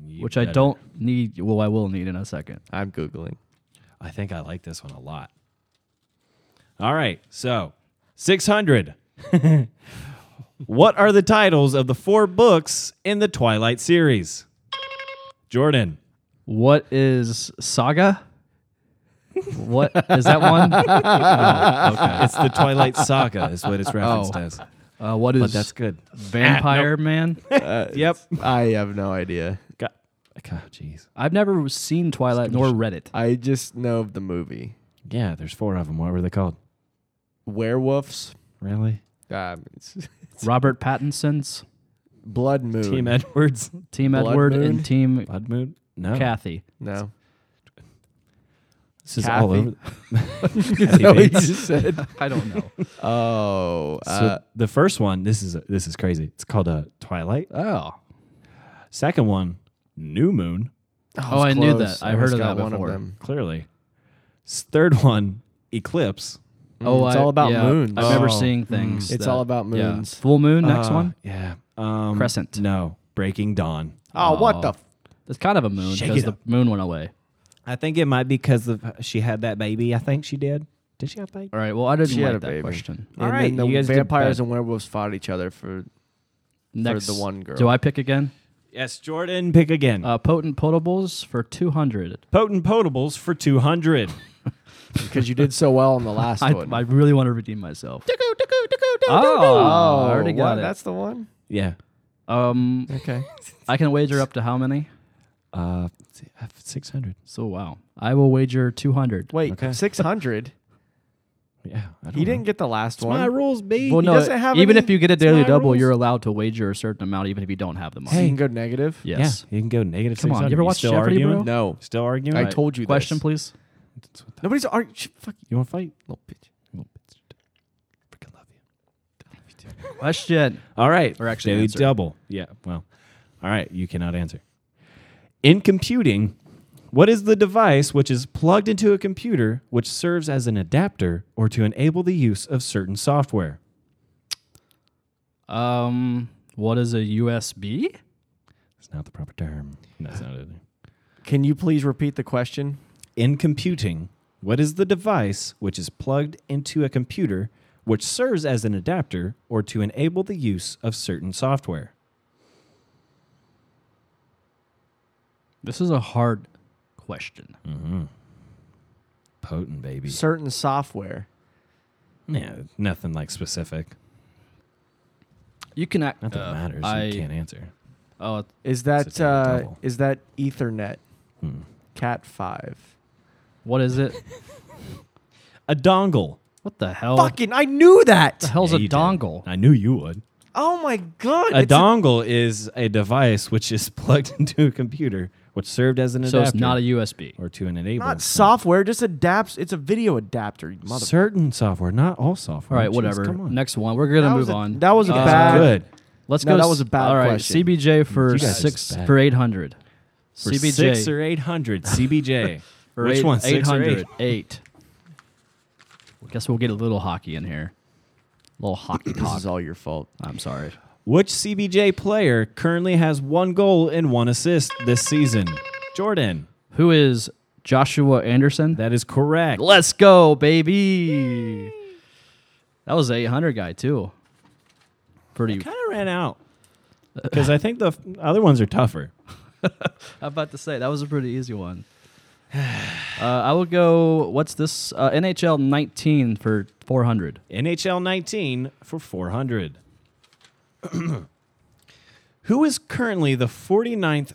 You
which I
better.
don't need. Well, I will need in a second.
I'm googling.
I think I like this one a lot. All right. So, 600. what are the titles of the four books in the Twilight series? Jordan.
What is Saga? What is that one? Oh, okay.
It's the Twilight Saga, is what it's referenced
Oh.
as.
Uh, what is
Ah,
But that's good.
Vampire Man?
Yep.
I Uh, have no idea.
Got- God, jeez.
I've never seen Twilight nor read it.
I just know of the movie
Yeah, there's four of them. What were they called?
Werewolves.
Really?
Um, it's
Robert Pattinson's
Blood Moon.
Team Edwards.
Team
Blood
Edward
Moon? Oh.
and Team
Blood Moon. No,
Kathy.
no,
this is all
Kathy.
over.
is that what you just said?
I don't know.
Oh,
So
uh,
the first one, this is this is crazy. It's called uh, Twilight.
oh,
Second one, New Moon.
Oh, I
was
knew
close.
that. I
almost
heard of
got
that
one
before.
Of them.
Clearly, S- third one, Eclipse.
oh,
Mm. it's
I-
all about
yeah,
moons.
I remember
Oh.
seeing things.
It's
that-
all about
yeah.
moons.
Full moon. Next
Uh,
one.
yeah. Um,
Crescent.
No, Breaking Dawn.
Oh, what the? F-
It's kind of a moon
Shake
because
it
the
up.
moon went away.
I think it might be because of uh, she had that baby. I think she did. Did she have baby?
All right. Well, I didn't
She
like
had a
that
baby.
question.
All
and
right,
then the
you guys did
vampires
bad.
and werewolves fought each other for.
Next
the one girl. Mm.
Do I pick again?
Yes, Jordan. Pick again.
Uh, potent potables for two hundred.
Potent potables for two hundred.
because you did so well on the last
I,
one.
I really want to redeem myself.
oh,
I already got
what?
it.
That's the one.
yeah.
Um,
Okay.
I can wager up to how many?
Uh, six hundred.
So wow, I will wager two hundred.
Wait,
Okay.
six hundred.
Yeah. I don't
He didn't get the last
It's
one.
my rules, B.
Well,
He
no,
doesn't have
even
any-
if you get a
it's my
daily double,
rules.
you're allowed to wager a certain amount, even if you don't have the money.
you can go negative.
yes.
Yeah, you can go negative.
Come on, you
600.
ever watch
still
Jeopardy, bro?
arguing?
No,
Still arguing?
I
Right.
told you.
Question,
this.
please.
That's what the-
Nobody's arguing. Fuck you,
You want to fight?
little bitch.
Little bitch. Freaking love you.
Question.
All right.
Or actually
Daily
answer.
double. Yeah. Well. All right. You cannot answer. In computing, what is the device which is plugged into a computer which serves as an adapter or to enable the use of certain software?
Um, what is a USB?
It's not the proper term. That's not it.
Can you please repeat the question?
In computing, what is the device which is plugged into a computer which serves as an adapter or to enable the use of certain software?
This is a hard question.
Potent baby.
Certain software.
Yeah, nothing like specific.
You can act.
Nothing
uh,
matters.
I
you can't answer.
oh,
Is
It's
that
a daily
uh,
double.
is that Ethernet?
Hmm.
Cat five.
what is it?
A dongle.
what the hell?
Fucking! I knew
Oh. the
that.
hell's
Yeah,
a
you did.
dongle?
I knew you would.
Oh my god!
A
it's
dongle is a device which is plugged into a computer, which served as an
So
adapter
it's not a USB.
or to an enable
not software. Just adapts. It's a video adapter. you Mother.
certain software, not all software.
All right,
Jeez,
whatever.
Come on.
Next one. We're gonna
That
move
was a-
on.
that was a
Uh,
bad-
good.
Let's
No,
go.
that
s-
was a bad
All right,
question.
CBJ for
You guys are
six
bad.
for eight hundred.
For
CBJ
six or eight hundred CBJ.
for
Which
eight,
one?
Eight
Six or
hundred
eight?
eight. I guess we'll get a little hockey in here. A little hockey
This
talk.
is all your fault.
I'm sorry.
Which CBJ player currently has one goal and one assist this season? Jordan.
Who is Joshua Anderson?
That is correct.
Let's go, baby. That was the 800 guy too. Pretty.
Kind of ran out because I think the f- other ones are tougher.
I'm about to say that was a pretty easy one. Uh, I will go. What's this? Uh, NHL 19 for 400.
NHL 19 for 400. Who is currently the 49th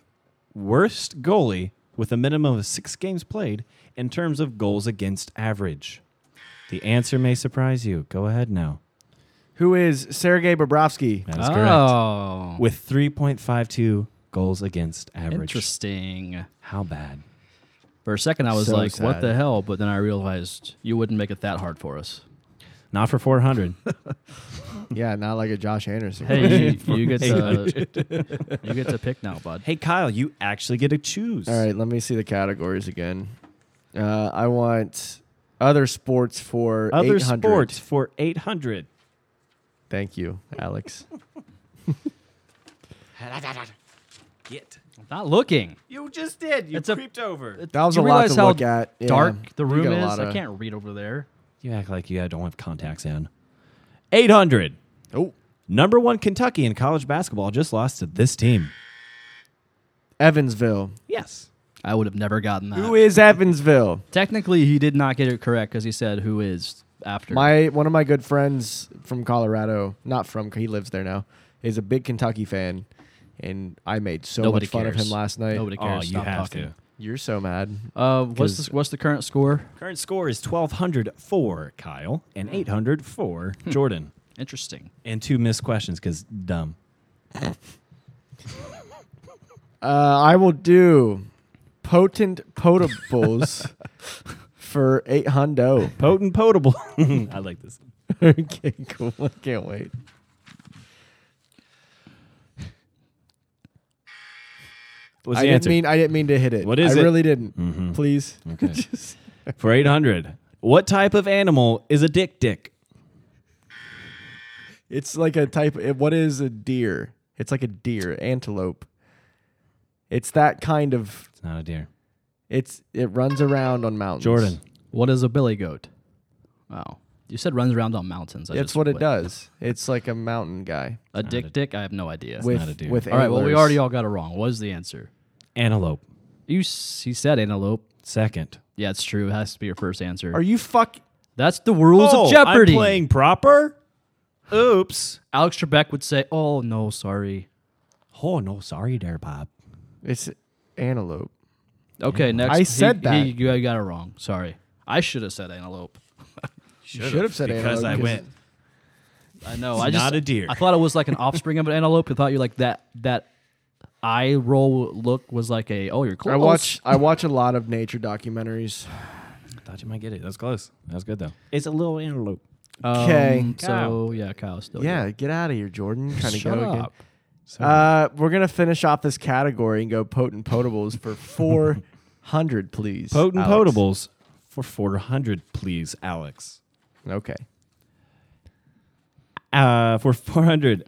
worst goalie with a minimum of six games played in terms of goals against average? The answer may surprise you. Go ahead now.
Who is Sergei Bobrovsky?
That is correct.
oh,
With 3.52 goals against average.
interesting.
How bad?
For a second, I was
So
like, "What
sad.
the hell?" But then I realized you wouldn't make it that hard for us.
Not for 400.
Yeah, not like a Josh Anderson.
Hey, you, you get to you get to pick now, bud.
hey, Kyle, you actually get to choose.
All right, let me see the categories again. Uh, I want other sports for
Other
800.
sports for 800.
Thank you, Alex.
Get.
Not looking.
You just did. You
It's a-
over.
That was
Do
a
you
lot
realize
to
how
look at. Yeah,
Dark the
you
room
got a
is.
lot
I
of-
can't read over there.
You act like you don't have contacts in. 800.
Oh,
Number one Kentucky in college basketball just lost to this team.
Evansville. Uh,
Yes.
I would have never gotten that.
Who is Evansville?
Technically, he did not get it correct because he said who is after.
My one of my good friends from Colorado, not from, he lives there now, is a big Kentucky fan, and I made so
Nobody
much fun of
cares.
him last night.
Nobody
Oh,
cares.
you
Stop
have
talking.
to.
You're so mad.
Uh, what's
'Cause-
the, what's the current score?
Current score is 1,200 for Kyle and 800 for Jordan.
Interesting.
And two missed questions because dumb.
Uh, I will do potent potables for eight hundo.
Potent potable. I like this.
okay, cool. I can't wait.
What's
I
the
didn't
answer?
mean I didn't mean to hit it.
What is
I
it?
really didn't.
Mhm.
Please.
Okay.
Just-
for 800. What type of animal is a dick dick?
it's like a type. it- What is a deer? It's like a deer, antelope. It's that kind of.
It's not a deer.
It's it runs around on mountains.
Jordan.
What is a billy goat? Wow. You said runs around on mountains. I
It's
just
what it
went-
does. It's like a mountain guy
A dick dick? I have no idea.
with
not a deer.
with.
all right, well, we
antlers.
already all got it wrong. What is the answer?
Antelope.
You s- he said antelope.
Second.
Yeah, it's true. It has to be your first answer.
Are you fuck?
That's the rules
Oh,
of Jeopardy.
I'm playing proper? Oops.
Alex Trebek would say, "Oh no, sorry."
Oh, no. Sorry there, Bob.
It's antelope.
Okay, next.
I said
he,
that.
He, you got it wrong. Sorry. I said antelope.
You should have said
Because
antelope
I went.
I know.
It's
I just
not a deer.
I thought it was like an offspring of an antelope. I thought you like that that eye roll look was like a oh you're close.
I watch I watch a lot of nature documentaries.
Thought you might get it. That's close. That was good, though. It's a little antelope.
Okay.
Um, so
Kyle.
yeah, Kyle still.
Yeah, get out of here, Jordan. You're trying to
Shut
go again.
up.
Uh, we're gonna finish off this category and go potent potables for four hundred, please.
Potent
Alex.
potables for 400, please, Alex.
Okay.
Uh, for 400,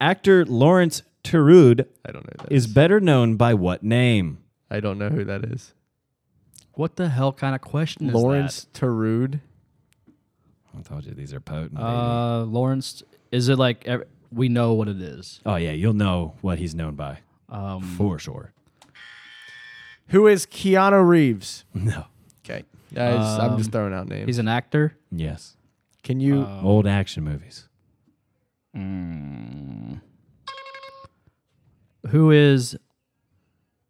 actor Lawrence Turude
I don't know. That.
is better known by what name?
I don't know who that is.
What the hell kind of question is
Lawrence Tarude.
I told you these are potent.
that? Uh, Lawrence, is it like ev- we know what it is?
oh, yeah. You'll know what he's known by
Um,
for sure.
Who is Keanu Reeves?
No.
Okay.
Um,
I'm just throwing out names.
he's an actor.
Yes.
Can you?
Uh,
Old action movies.
Who is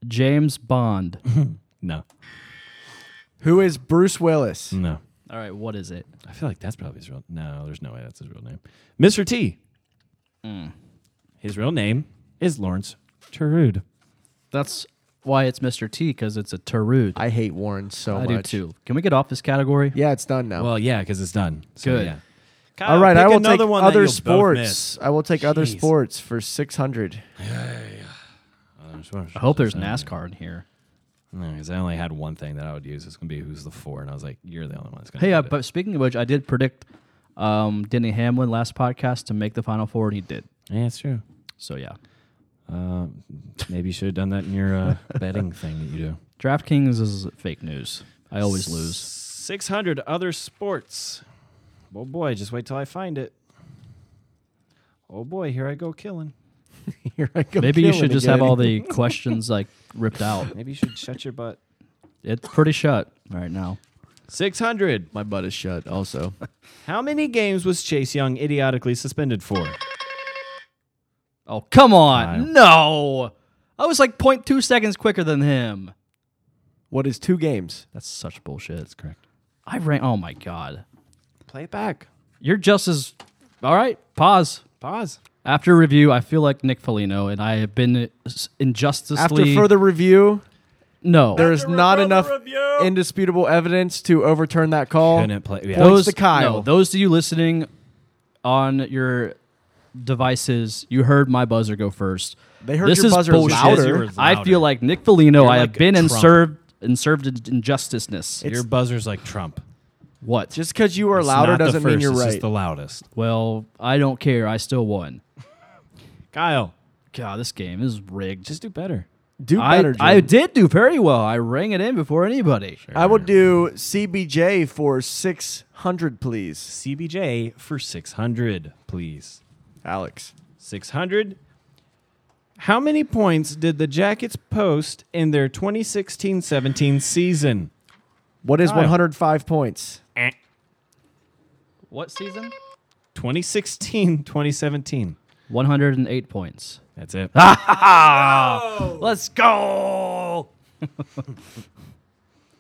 James Bond?
Mm-hmm.
No.
who is Bruce Willis?
Mm.
No.
All right, what is it?
I feel like that's probably his real. No, there's no way that's his real name. Mr. T. Mm. His real name is Lawrence Turude.
That's why it's Mr. T because it's a Tarood.
I hate Warren so
I
much.
do too. Can we get off this category?
Yeah, it's done now.
Well, yeah, because it's done. So,
Oh. Good.
Yeah.
All right, I will take
that
other
you'll both
sports.
miss.
I will take other
Jeez.
sports for six hundred.
I hope there's NASCAR in here.
No, because I only had one thing that I would use. It's gonna be who's the four, and I was like, you're the only one that's gonna.
Hey,
get
uh,
it.
but speaking of which, I did predict um, Denny Hamlin last podcast to make the Final Four, and he did.
yeah, it's true.
So yeah,
Uh, maybe you should have done that in your uh, betting thing that you do.
DraftKings is fake news. I always lose.
Six hundred other sports. Oh boy, just wait till I find it. Oh boy, here I go killing.
Here I go.
Maybe you
killing
should just have
again.
all the questions like ripped out.
Maybe you should shut your butt.
It's pretty shut right now.
600.
My butt is shut. Also,
How many games was Chase Young idiotically suspended for?
Oh come on!
Kyle.
No, I was like 0.2 seconds quicker than him.
what is two games?
That's such bullshit. That's
correct.
I ran. Oh my god,
Play it back.
you're just as. All right, pause.
Pause.
After review, I feel like Nick Foligno, and I have been uh, s- injusticely.
After further review,
no,
there is not enough
review.
indisputable evidence to overturn that call.
Couldn't play. Yeah.
Those- to Kyle.
No, those of you listening on your devices, you heard my buzzer go first.
They heard
this
your
is
buzzer
bullshit.
louder. Yours
was
I
louder.
feel like Nick Foligno. I have
like
been and
Trump.
served and served in- injusticeness.
Your buzzer's like Trump.
what?
Just because you are
It's
louder
not the
doesn't mean
first,
you're
it's
right.
Just the loudest.
well, I don't care. I still won.
Kyle,
God, this game is rigged.
just do better.
do
I,
better.
I
Jordan.
did do very well. I rang it in before anybody.
I will do CBJ for six hundred, please,
CBJ for 600, please.
Alex.
600. How many points did the Jackets post in their 2016 17 season? Eh,
What is
Kyle.
one hundred five points?
What season?
2016 2017.
108 points.
That's it.
Let's go.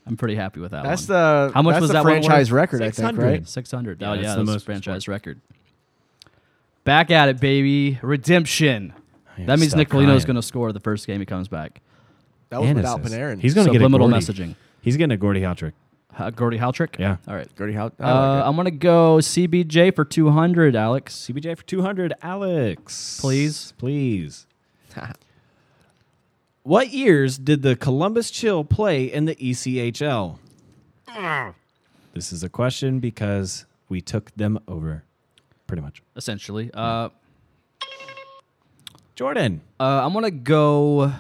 I'm pretty happy with that
That's
one.
the
How much
that's
was
the
that one worth?
franchise record? I think
600.
right.
600.
Yeah,
oh, yeah,
that's
that's
the
the
most
franchise record. Back at it, baby. Redemption.
Yeah,
That means
stop
Nick Foligno's
crying.
going to score the first game he comes back.
That was
And
without
assists.
Panarin.
He's gonna
Subliminal
get a Gordy.
messaging.
He's getting a Gordy hat trick.
Uh, Gordy Haltrick?
Yeah.
All right.
Gertie Howe. I
Uh,
like it.
I'm going to go CBJ for 200, Alex.
CBJ for 200, Alex.
Please.
Please.
Oh,
what years did the Columbus Chill play in the E ECHL? this is a question because we took them over, pretty much.
Essentially. Uh,
Jordan.
uh, I'm going to go.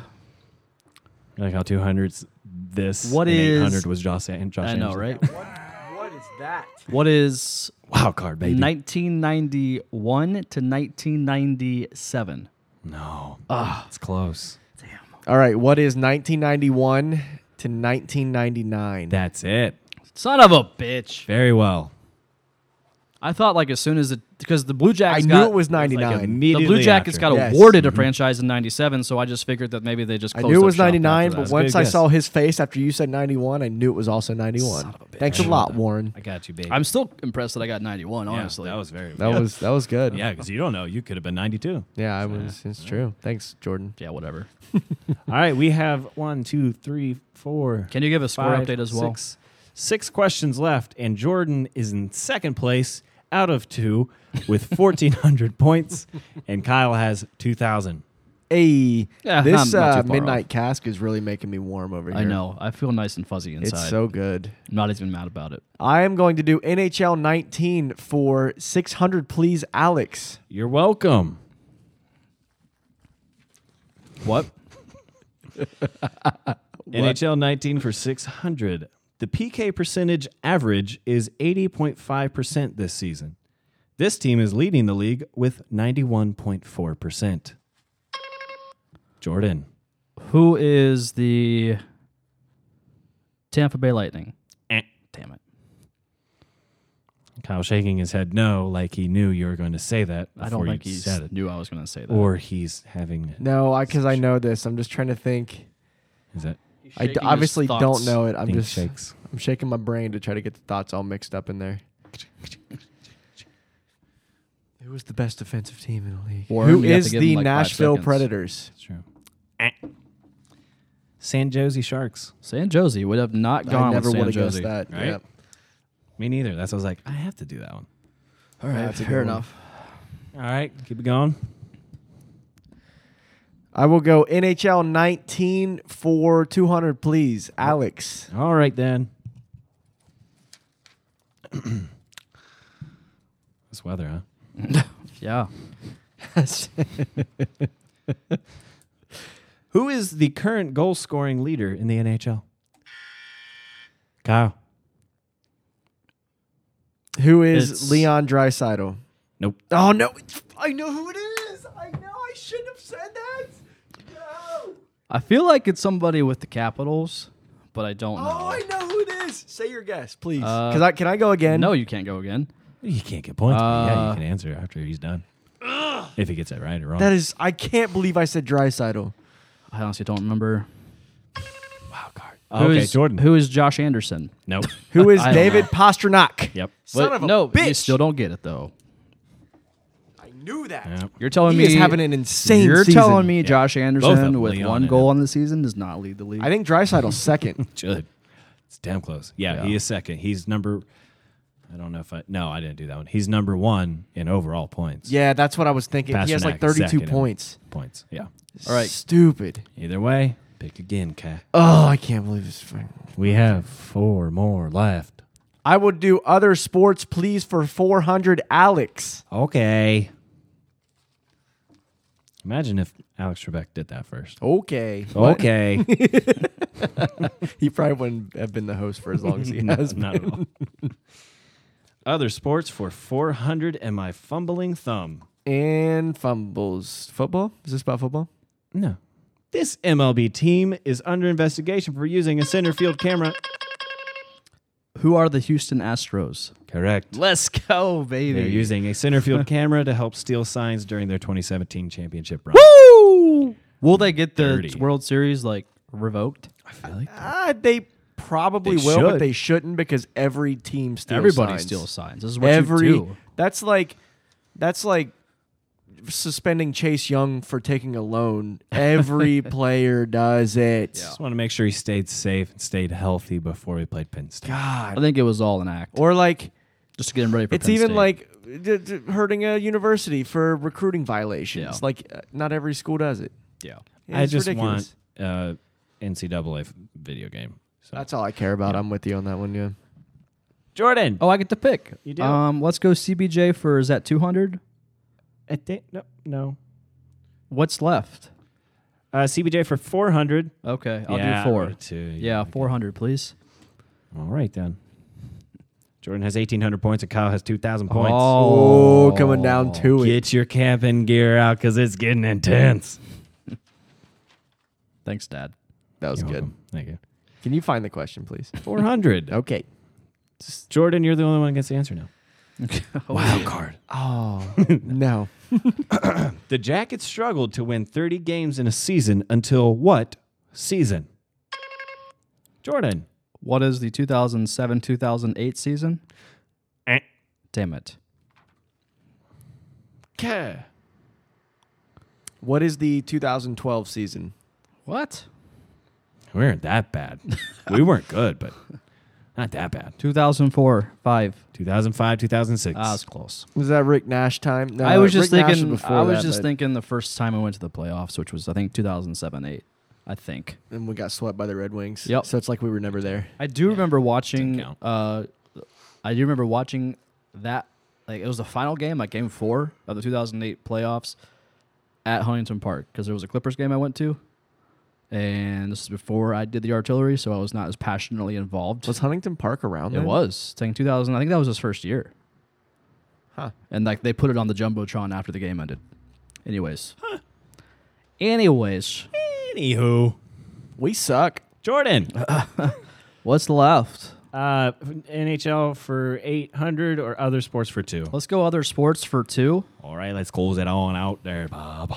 Like how 200's this.
What
and
is-
800 was Josh, and Josh
I know,
Anderson.
right?
what is that?
What is
Wild card, baby.
1991 to 1997?
no. it's close.
All right. What is 1991 to 1999?
That's it.
Son of a bitch.
Very well.
I thought like as soon as it because the Blue Jackets
I knew
got,
it was 99.
The Blue
Immediately
Jackets
after.
got
Yes. Mm-hmm.
awarded a franchise in '97, so I just figured that maybe they just
I
closed
knew it
up
was
shop after
99,
that.
but
a
once
good
I
guess.
saw his face after you said 91, I knew it was also 91.
Son of a bitch.
Thanks a lot, Warren.
I got you, baby.
I'm still impressed that I got 91.
Yeah,
Honestly,
that was very.
That was that was good.
Yeah, because you don't know. You could have been 92.
Yeah, I was. It's true. Thanks, Jordan.
yeah, whatever.
All right, we have one, two, three, four,
Can you give a score
five,
update as well?
Six, six questions left, and Jordan is in second place out of two with 1,400 points, and Kyle has 2,000.
Hey,
Yeah,
this
not- not
uh,
too far
midnight cask is really making me warm over here.
I know. I feel nice and fuzzy inside.
It's so good.
I'm not even mad about it.
I am going to do NHL 19 for 600, please, Alex.
You're welcome. What? NHL 19 for 600. The PK percentage average is 80.5% this season. This team is leading the league with 91.4%. Jordan.
Who is the Tampa Bay Lightning?
Eh.
Damn it!
Kyle shaking his head no, like he knew you were going to say that.
I don't
before
think
you
he
said it.
knew I was going to say that.
Or he's having.
No, I because I know this. I'm just trying to think.
Is that?
I d- obviously don't know it. I'm
Think
just
shakes.
I'm shaking my brain to try to get the thoughts all mixed up in there. Who was the best defensive team in the league?
Warren,
Who
you have
is
to give
the
him, like, five
Nashville
seconds.
Predators?
It's true. Eh. San Jose Sharks.
San Jose would have not gone
I
with
never
San
would have
Jose.
guessed that.
right?
Yep.
Me neither. That's what I was like, I have to do that one.
All right,
That's a
fair
good one.
enough.
All right, keep it going.
I will go NHL 19 for 200, please, Alex.
All right then. this weather, huh?
Yeah.
Who is the current goal scoring leader in the NHL? Kyle.
Who is
It's-
Leon Dreisaitl?
Nope.
Oh no! I know who it is. I know. I shouldn't have said that. No.
I feel like it's somebody with the Capitals, but I don't
Oh,
know.
I know who it is. Say your guess, please.
Uh,
Because I can I go again?
No, you can't go again.
You can't get points. but yeah,
Uh,
you can answer after he's done. If he gets it right or wrong.
That is. I can't believe I said Dreisaitl.
I honestly don't remember.
wow card.
Who
okay,
is-
Jordan.
Who is Josh Anderson?
Nope.
Who is
I don't
David Pasternak?
yep.
Son
Wait,
of a
no,
bitch.
you still don't get it though.
I knew that.
Yeah.
You're telling
He
me
is having an insane
You're
season.
telling me Josh
Both of
Anderson
them,
with
Leon
one
and
goal
him.
on the season does not lead the league.
I think Dreisaitl's second.
Should. It's damn close. Yeah,
Yeah.
he is second. He's number. I don't know if I. No, I didn't do that one. He's number one in overall points.
Yeah, that's what I was thinking. he has like
Pasternak is
32
second.
points.
Points. Yeah.
All right.
Stupid.
Either way, pick again, Cat.
Oh, I can't believe this. fucking-
We have four more left.
I would do other sports, please, for 400, Alex.
Okay. Imagine if Alex Trebek did that first.
Okay.
Okay.
He probably wouldn't have been the host for as long as he
No,
has.
not at all. Other sports for 400 and my fumbling thumb.
And fumbles. Football? Is this about football?
No. This MLB team is under investigation for using a center field camera.
Who are the Houston Astros?
Correct.
Let's go, baby.
They're using a center field camera to help steal signs during their 2017 championship run.
Woo! Will they get the
Dirty.
World Series like revoked?
I feel like
Uh, they probably
They
will, but
should.
they shouldn't because every team steals.
Everybody
signs.
steals signs. This is what you
Every
do.
that's like that's like suspending Chase Young for taking a loan. Every player does it.
just want to make sure he stayed safe and stayed healthy before he played Penn State.
I
God.
think it was all an act,
Or like
just to get him ready for.
it's
Penn
even
State.
like d- d- hurting a university for recruiting violations.
Yeah.
Like uh, not every school does it.
yeah.
It's
I just
ridiculous.
want uh, NCAA f- video game. So
That's all I care about. I'm with you on that one. Yeah.
Jordan.
Oh, I get to pick.
You do.
Uh,
Um, let's go CBJ for is that two hundred?
I think no, no.
What's left?
Uh, CBJ for four hundred.
Okay, I'll
Yeah,
do
I
four.
would too.
Yeah, four hundred, please.
All right then. Jordan has eighteen hundred points, and Kyle has two thousand points.
Oh, coming down to it.
Get your camping gear out because it's getting intense.
Thanks, Dad.
That was
You're
good.
welcome. Thank you.
Can you find the question, please?
Four hundred.
Okay.
Jordan, you're the only one who gets the answer now.
wow.
card.
Oh no.
The Jackets struggled to win 30 games in a season until what season? Jordan.
What is the 2007 2008 season?
Eh,
Damn it.
Okay.
What is the 2012 season?
What?
We weren't that bad. we weren't good, but not that bad.
2004, 5.
2005, 2006.
Ah, it's close.
Was that Rick Nash time? No,
I was just
uh, Rick Nash
thinking.
before
I was
that,
just
but-
thinking the first time I went to the playoffs, which was I think 2007, 8. I think.
And we got swept by the Red Wings.
Yep.
So it's like we were never there.
I do remember watching.
count.
Uh, I do remember watching that. Like it was the final game, like game four of the 2008 playoffs at Huntington Park, because there was a Clippers game I went to, and this is before I did the artillery, so I was not as passionately involved.
Was Huntington Park around?
It
then?
was. It's like 2000. I think that was his first year.
Huh.
And like they put it on the jumbotron after the game ended. Anyways. Anyways,
Anywho,
We suck.
Jordan.
what's left?
Uh,
NHL for 800 or other sports for two.
Let's go other sports for two.
All right, let's close it on out there, Bob.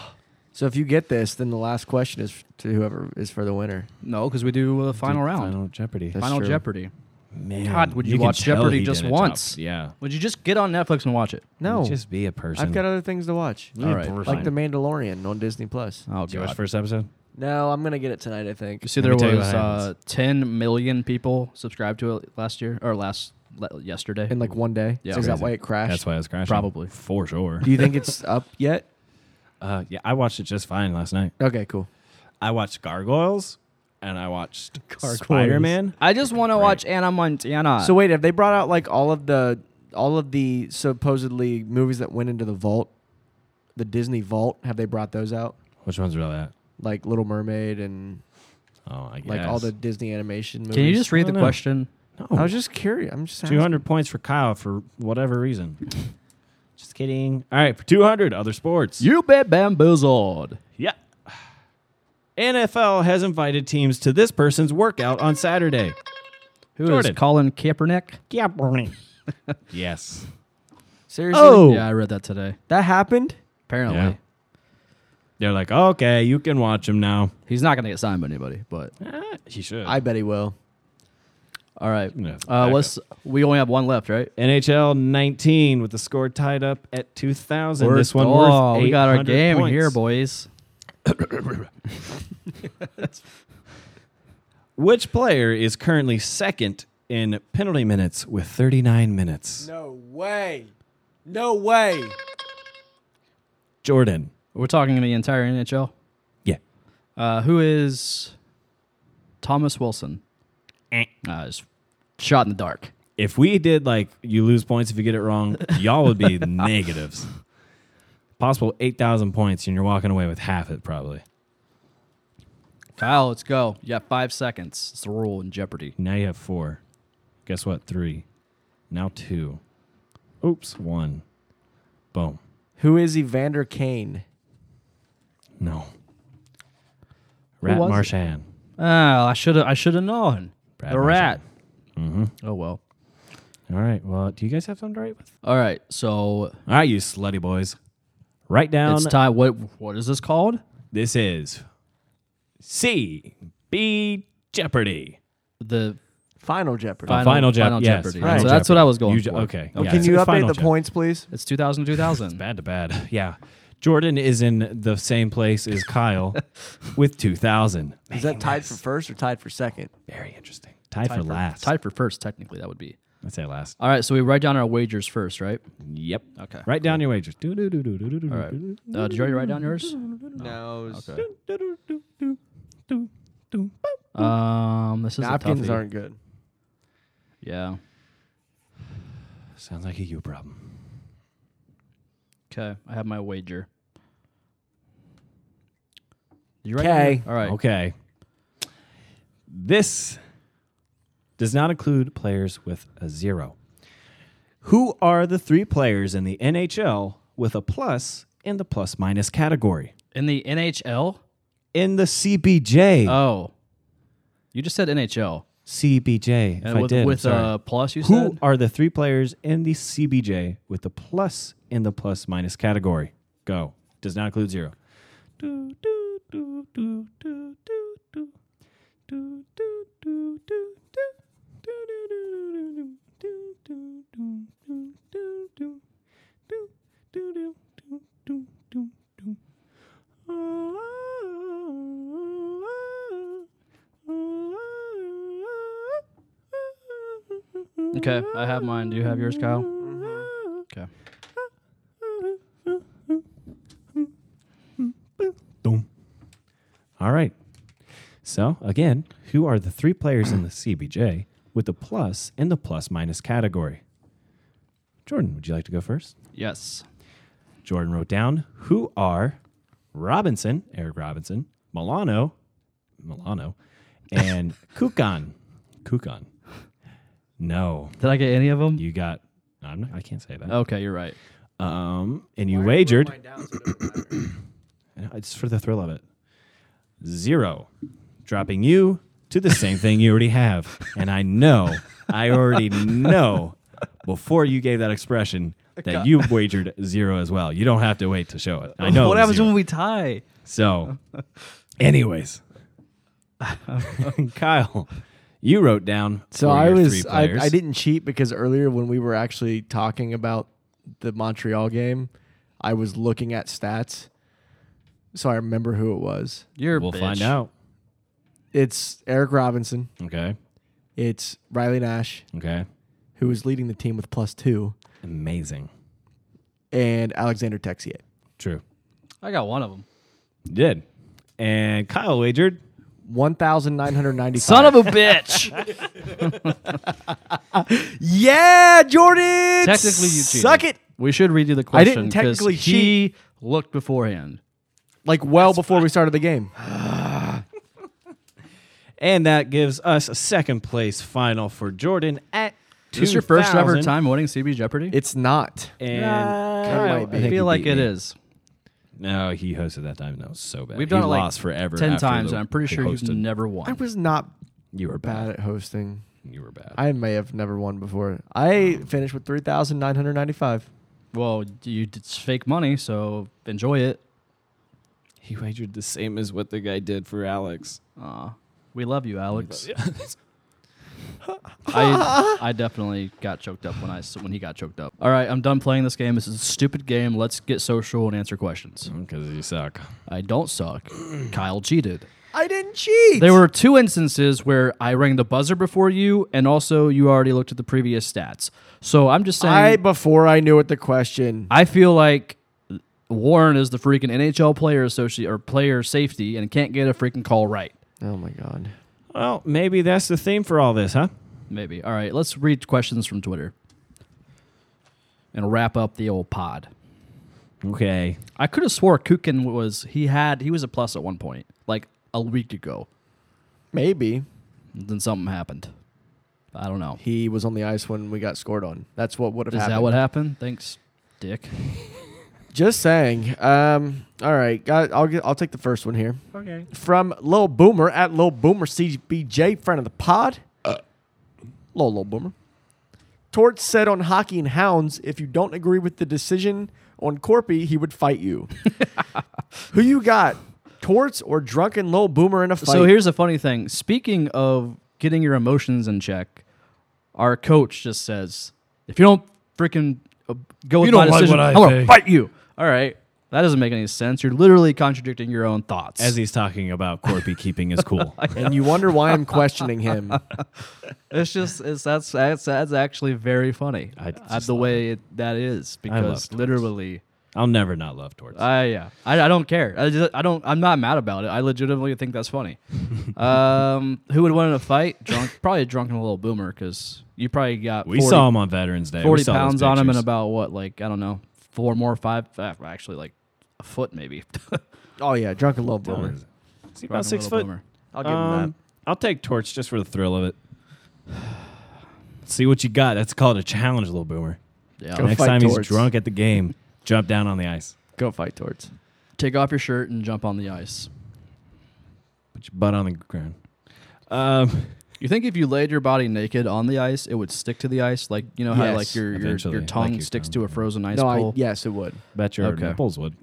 So if you get this, then the last question is to whoever is for the winner.
No, because we do the final round, final,
Final Jeopardy.
That's true.
Jeopardy.
Man,
God, would you
can
watch
tell
Jeopardy
he
just
did a job.
once?
Yeah.
Would you just get on Netflix and watch it?
No.
Just be a person.
I've got other things to watch.
All right.
Like The Mandalorian on Disney Plus.
Oh
Did you watch
god.
first episode?
No, I'm gonna get it tonight, I think.
You see,
Let me
there
tell you
was
what
uh,
happens.
10 million people subscribed to it last year or last le- yesterday.
In like one day.
Yeah.
So is that
Crazy.
why it crashed?
That's why it was crashing.
Probably.
For sure.
Do you think it's up yet?
Uh, yeah, I watched it just fine last night.
Okay, cool.
I watched Gargoyles and I watched Spider Man.
I just want to
Great.
watch Anna Montana.
So wait, have they brought out like all of the all of the supposedly movies that went into the vault, the Disney vault? Have they brought those out?
Which ones were that?
Like Little Mermaid and
Oh, I guess.
like all the Disney animation movies.
can you just
I
read the
don't know.
question?
I was
just
just curious. I'm just asking.
200 points for Kyle for whatever reason. just kidding. All right, for 200, other sports.
You bet bamboozled.
Yeah. NFL has invited teams to this person's workout on Saturday.
Who is
Jordan.
Colin Kaepernick?
yeah, Bernie.
Yes.
Seriously?
Oh!
Yeah, I read that today.
That happened?
Apparently.
Yeah. They're like, okay, you can watch him now.
He's not going to get signed by anybody, but
Ah, He should.
I bet he will.
all right.
No,
uh,
back
what's, we only have one left, right?
NHL 19 with the score tied up at 2,000. this one
oh,
worth
we got our
800
game
points.
here, boys.
Which player is currently second in penalty minutes with 39 minutes?
No way. No way.
Jordan.
We're talking the entire NHL.
Yeah.
Uh, who is Thomas Wilson?
Eh.
Uh, he's shot in the dark.
If we did like you lose points if you get it wrong, y'all would be negatives. Possible 8,000 points and you're walking away with half it probably.
Kyle, let's go. You got five seconds. It's the rule in Jeopardy.
Now you have four. Guess what? Three. Now two. Oops. One. Boom.
Who is Evander Kane?
No. Rat
was it?
Marchand.
Oh, I should have. I should have known.
Brad
the rat.
Marchand.
Mm-hmm.
Oh well.
All right. Well, do you guys have something to write with?
All right. So
All right, you slutty boys. Write down
it's time. What What is this called?
This is C B Jeopardy.
The
Final Jeopardy.
final,
Final
final,
Jep- yes,
Jeopardy.
Final
So that's what
Jeopardy.
I was going
You
for. Oh,
ju- okay.
Well,
yeah,
can
it's
you
the
update
final
the
Jeopardy.
points, please?
It's 2000 2000.
Bad to bad. Yeah. Jordan is in the same place as Kyle with 2,000.
Is that tied for first or tied for second?
Very interesting. Tied, for, last.
Tied for Oh, first, technically, that would be.
I'd say last.
All right, so we write down our wagers first, right?
Yep.
Okay.
Write down your wagers. Do, do, do, do, do, do, do,
All right.
do,
Uh, did you already write down yours?
No.
Okay.
do, do, do, do, do, do.
Um, this is
Napkins
a toughie.
aren't good.
Yeah.
Sounds like a you problem.
Okay. I have my wager. Did you write down
'Kay.
your- All right.
Okay. This does not include players with a zero. Who are the three players in the NHL with a plus in the plus minus category?
In the NHL?
In the CBJ.
Oh. You just said NHL.
CBJ.
And
if
with
I did, I'm
with
sorry.
uh, plus, you
who
said?
are the three players in the CBJ with the plus in the plus minus category? Go. Does not include zero. Do, do, do, do, do, do, do. Do, do, do, do, do. Do, do, do, do, do, do. Do, do, do, do, do, do. Do, do, do, do, do.
Okay. I have mine. Do you have yours, Kyle? Okay.
Boom. All right. So, again, who are the three players in the CBJ with the plus in the plus minus category? Jordan, would you like to go first?
Yes.
Jordan wrote down who are Robinson, Eric Robinson, Milano, Milano, and Kukan. Kukan. No,
Did I get any of them?
you got. I'm not, I can't say that.
Okay, you're right.
Um, and you wagered. It's for the thrill of it. Zero. Dropping you to the same thing you already have. And I know, I already know before you gave that expression that you wagered zero as well. You don't have to wait to show it. I know.
What
it
happens
was zero.
when we tie?
so, anyways, Kyle, you wrote down.
So
for
I
your
was
Three
I,
players.
I didn't cheat because earlier when we were actually talking about the Montreal game, I was looking at stats. So I remember who it was.
You're a
We'll
bitch.
find out.
It's Eric Robinson.
Okay.
It's Riley Nash,
Okay.
who was leading the team with plus two,
Amazing.
and Alexander Texier.
True.
I got one of them.
You did. And Kyle wagered.
One thousand nine hundred ninety.
Son of a bitch.
yeah, Jordan.
Technically, you cheated.
suck it.
We should redo the question.
I didn't
'cause
technically
He looked beforehand.
Like well before we started the game.
And that gives us a second place final for Jordan at
Is this your first ever
2,000.
time winning CB Jeopardy?
It's not.
And
it
Kyle,
might be.
I
think
feel
he
like
beat
it
me.
is.
No, he hosted that time. and That was so bad.
We've done
he
it like
lost forever.
Ten
after
times,
the-
and I'm pretty
he
sure you've
hosted.
never
I
won.
was not
you were bad.
bad at hosting.
You were bad.
I may have never won before. I finished with 3,995.
Well, you it's fake money, so enjoy it.
he wagered the same as what the guy did for Alex.
Aw. we love you, Alex. I I definitely got choked up when I s- when he got choked up. All right, I'm done playing this game. This is a stupid game. Let's get social and answer questions.
Because Mm, you suck.
I don't suck. Kyle cheated.
I didn't cheat.
There were two instances where I rang the buzzer before you, and also you already looked at the previous stats. So I'm just saying,
I before I knew what the question.
I feel like Warren is the freaking NHL player associate or player safety and can't get a freaking call right.
Oh my god.
Well, maybe that's the theme for all this, huh?
Maybe. All right, let's read questions from Twitter and wrap up the old pod.
Okay.
I could have swore Kukin was he had he was a plus at one point, like a week ago.
Maybe
Then something happened. I don't know.
he was on the ice when we got scored on. That's what would have
Is
happened.
that what happened? Thanks, Dick.
Just saying. Um all right, got- I'll get, I'll take the first one here.
Okay.
From Lil Boomer at Lil Boomer CBJ, friend of the pod. Lil Lil Boomer. Torch said on Hockey and Hounds, if you don't agree with the decision on Corpy, he would fight you. Who you got? torts or drunken little boomer in a fight.
So here's the funny thing. Speaking of getting your emotions in check, our coach just says, "If you don't freaking uh, go with
You don't
my
like
decision,
what I
I'm gonna
say."
fight you." All right, that doesn't make any sense. You're literally contradicting your own thoughts.
As he's talking about Corpy keeping his cool.
and you wonder why I'm questioning him.
it's just it's that's that's, that's actually very funny.
I
uh,
just
the
love
way it, that is
love
because
torts.
literally,
I'll never not love Torts.
I yeah, I, I don't care. I, just, I don't. I'm not mad about it. I legitimately think that's funny. um, who would win in a fight? Drunk, probably a drunken little boomer because you probably got
we
40
saw him on Veterans Day. We
40
saw those
pounds on him and
pictures.
about what like i don't know four more five uh, actually like a foot maybe
Oh yeah, drunken little boomer.
Is he
Rocking a
about six
little
foot?
boomer.
I'll give him that.
Um,
I'll take Torts just for the thrill of it. See what you got. That's called a challenge, little boomer.
yeah
Go
Next
fight
time he's
Torts.
drunk at the game, jump down on the ice.
Go fight torts.
take off your shirt and jump on the ice
Put your butt on the ground. Um,
you think if you laid your body naked on the ice it would stick to the ice like you know how
Yes.
like your your,
Eventually,
your
like
tongue
your
sticks
tongue,
to a
yeah.
frozen ice
no, I,
pole
yes, it would.
bet your
Okay.
nipples would.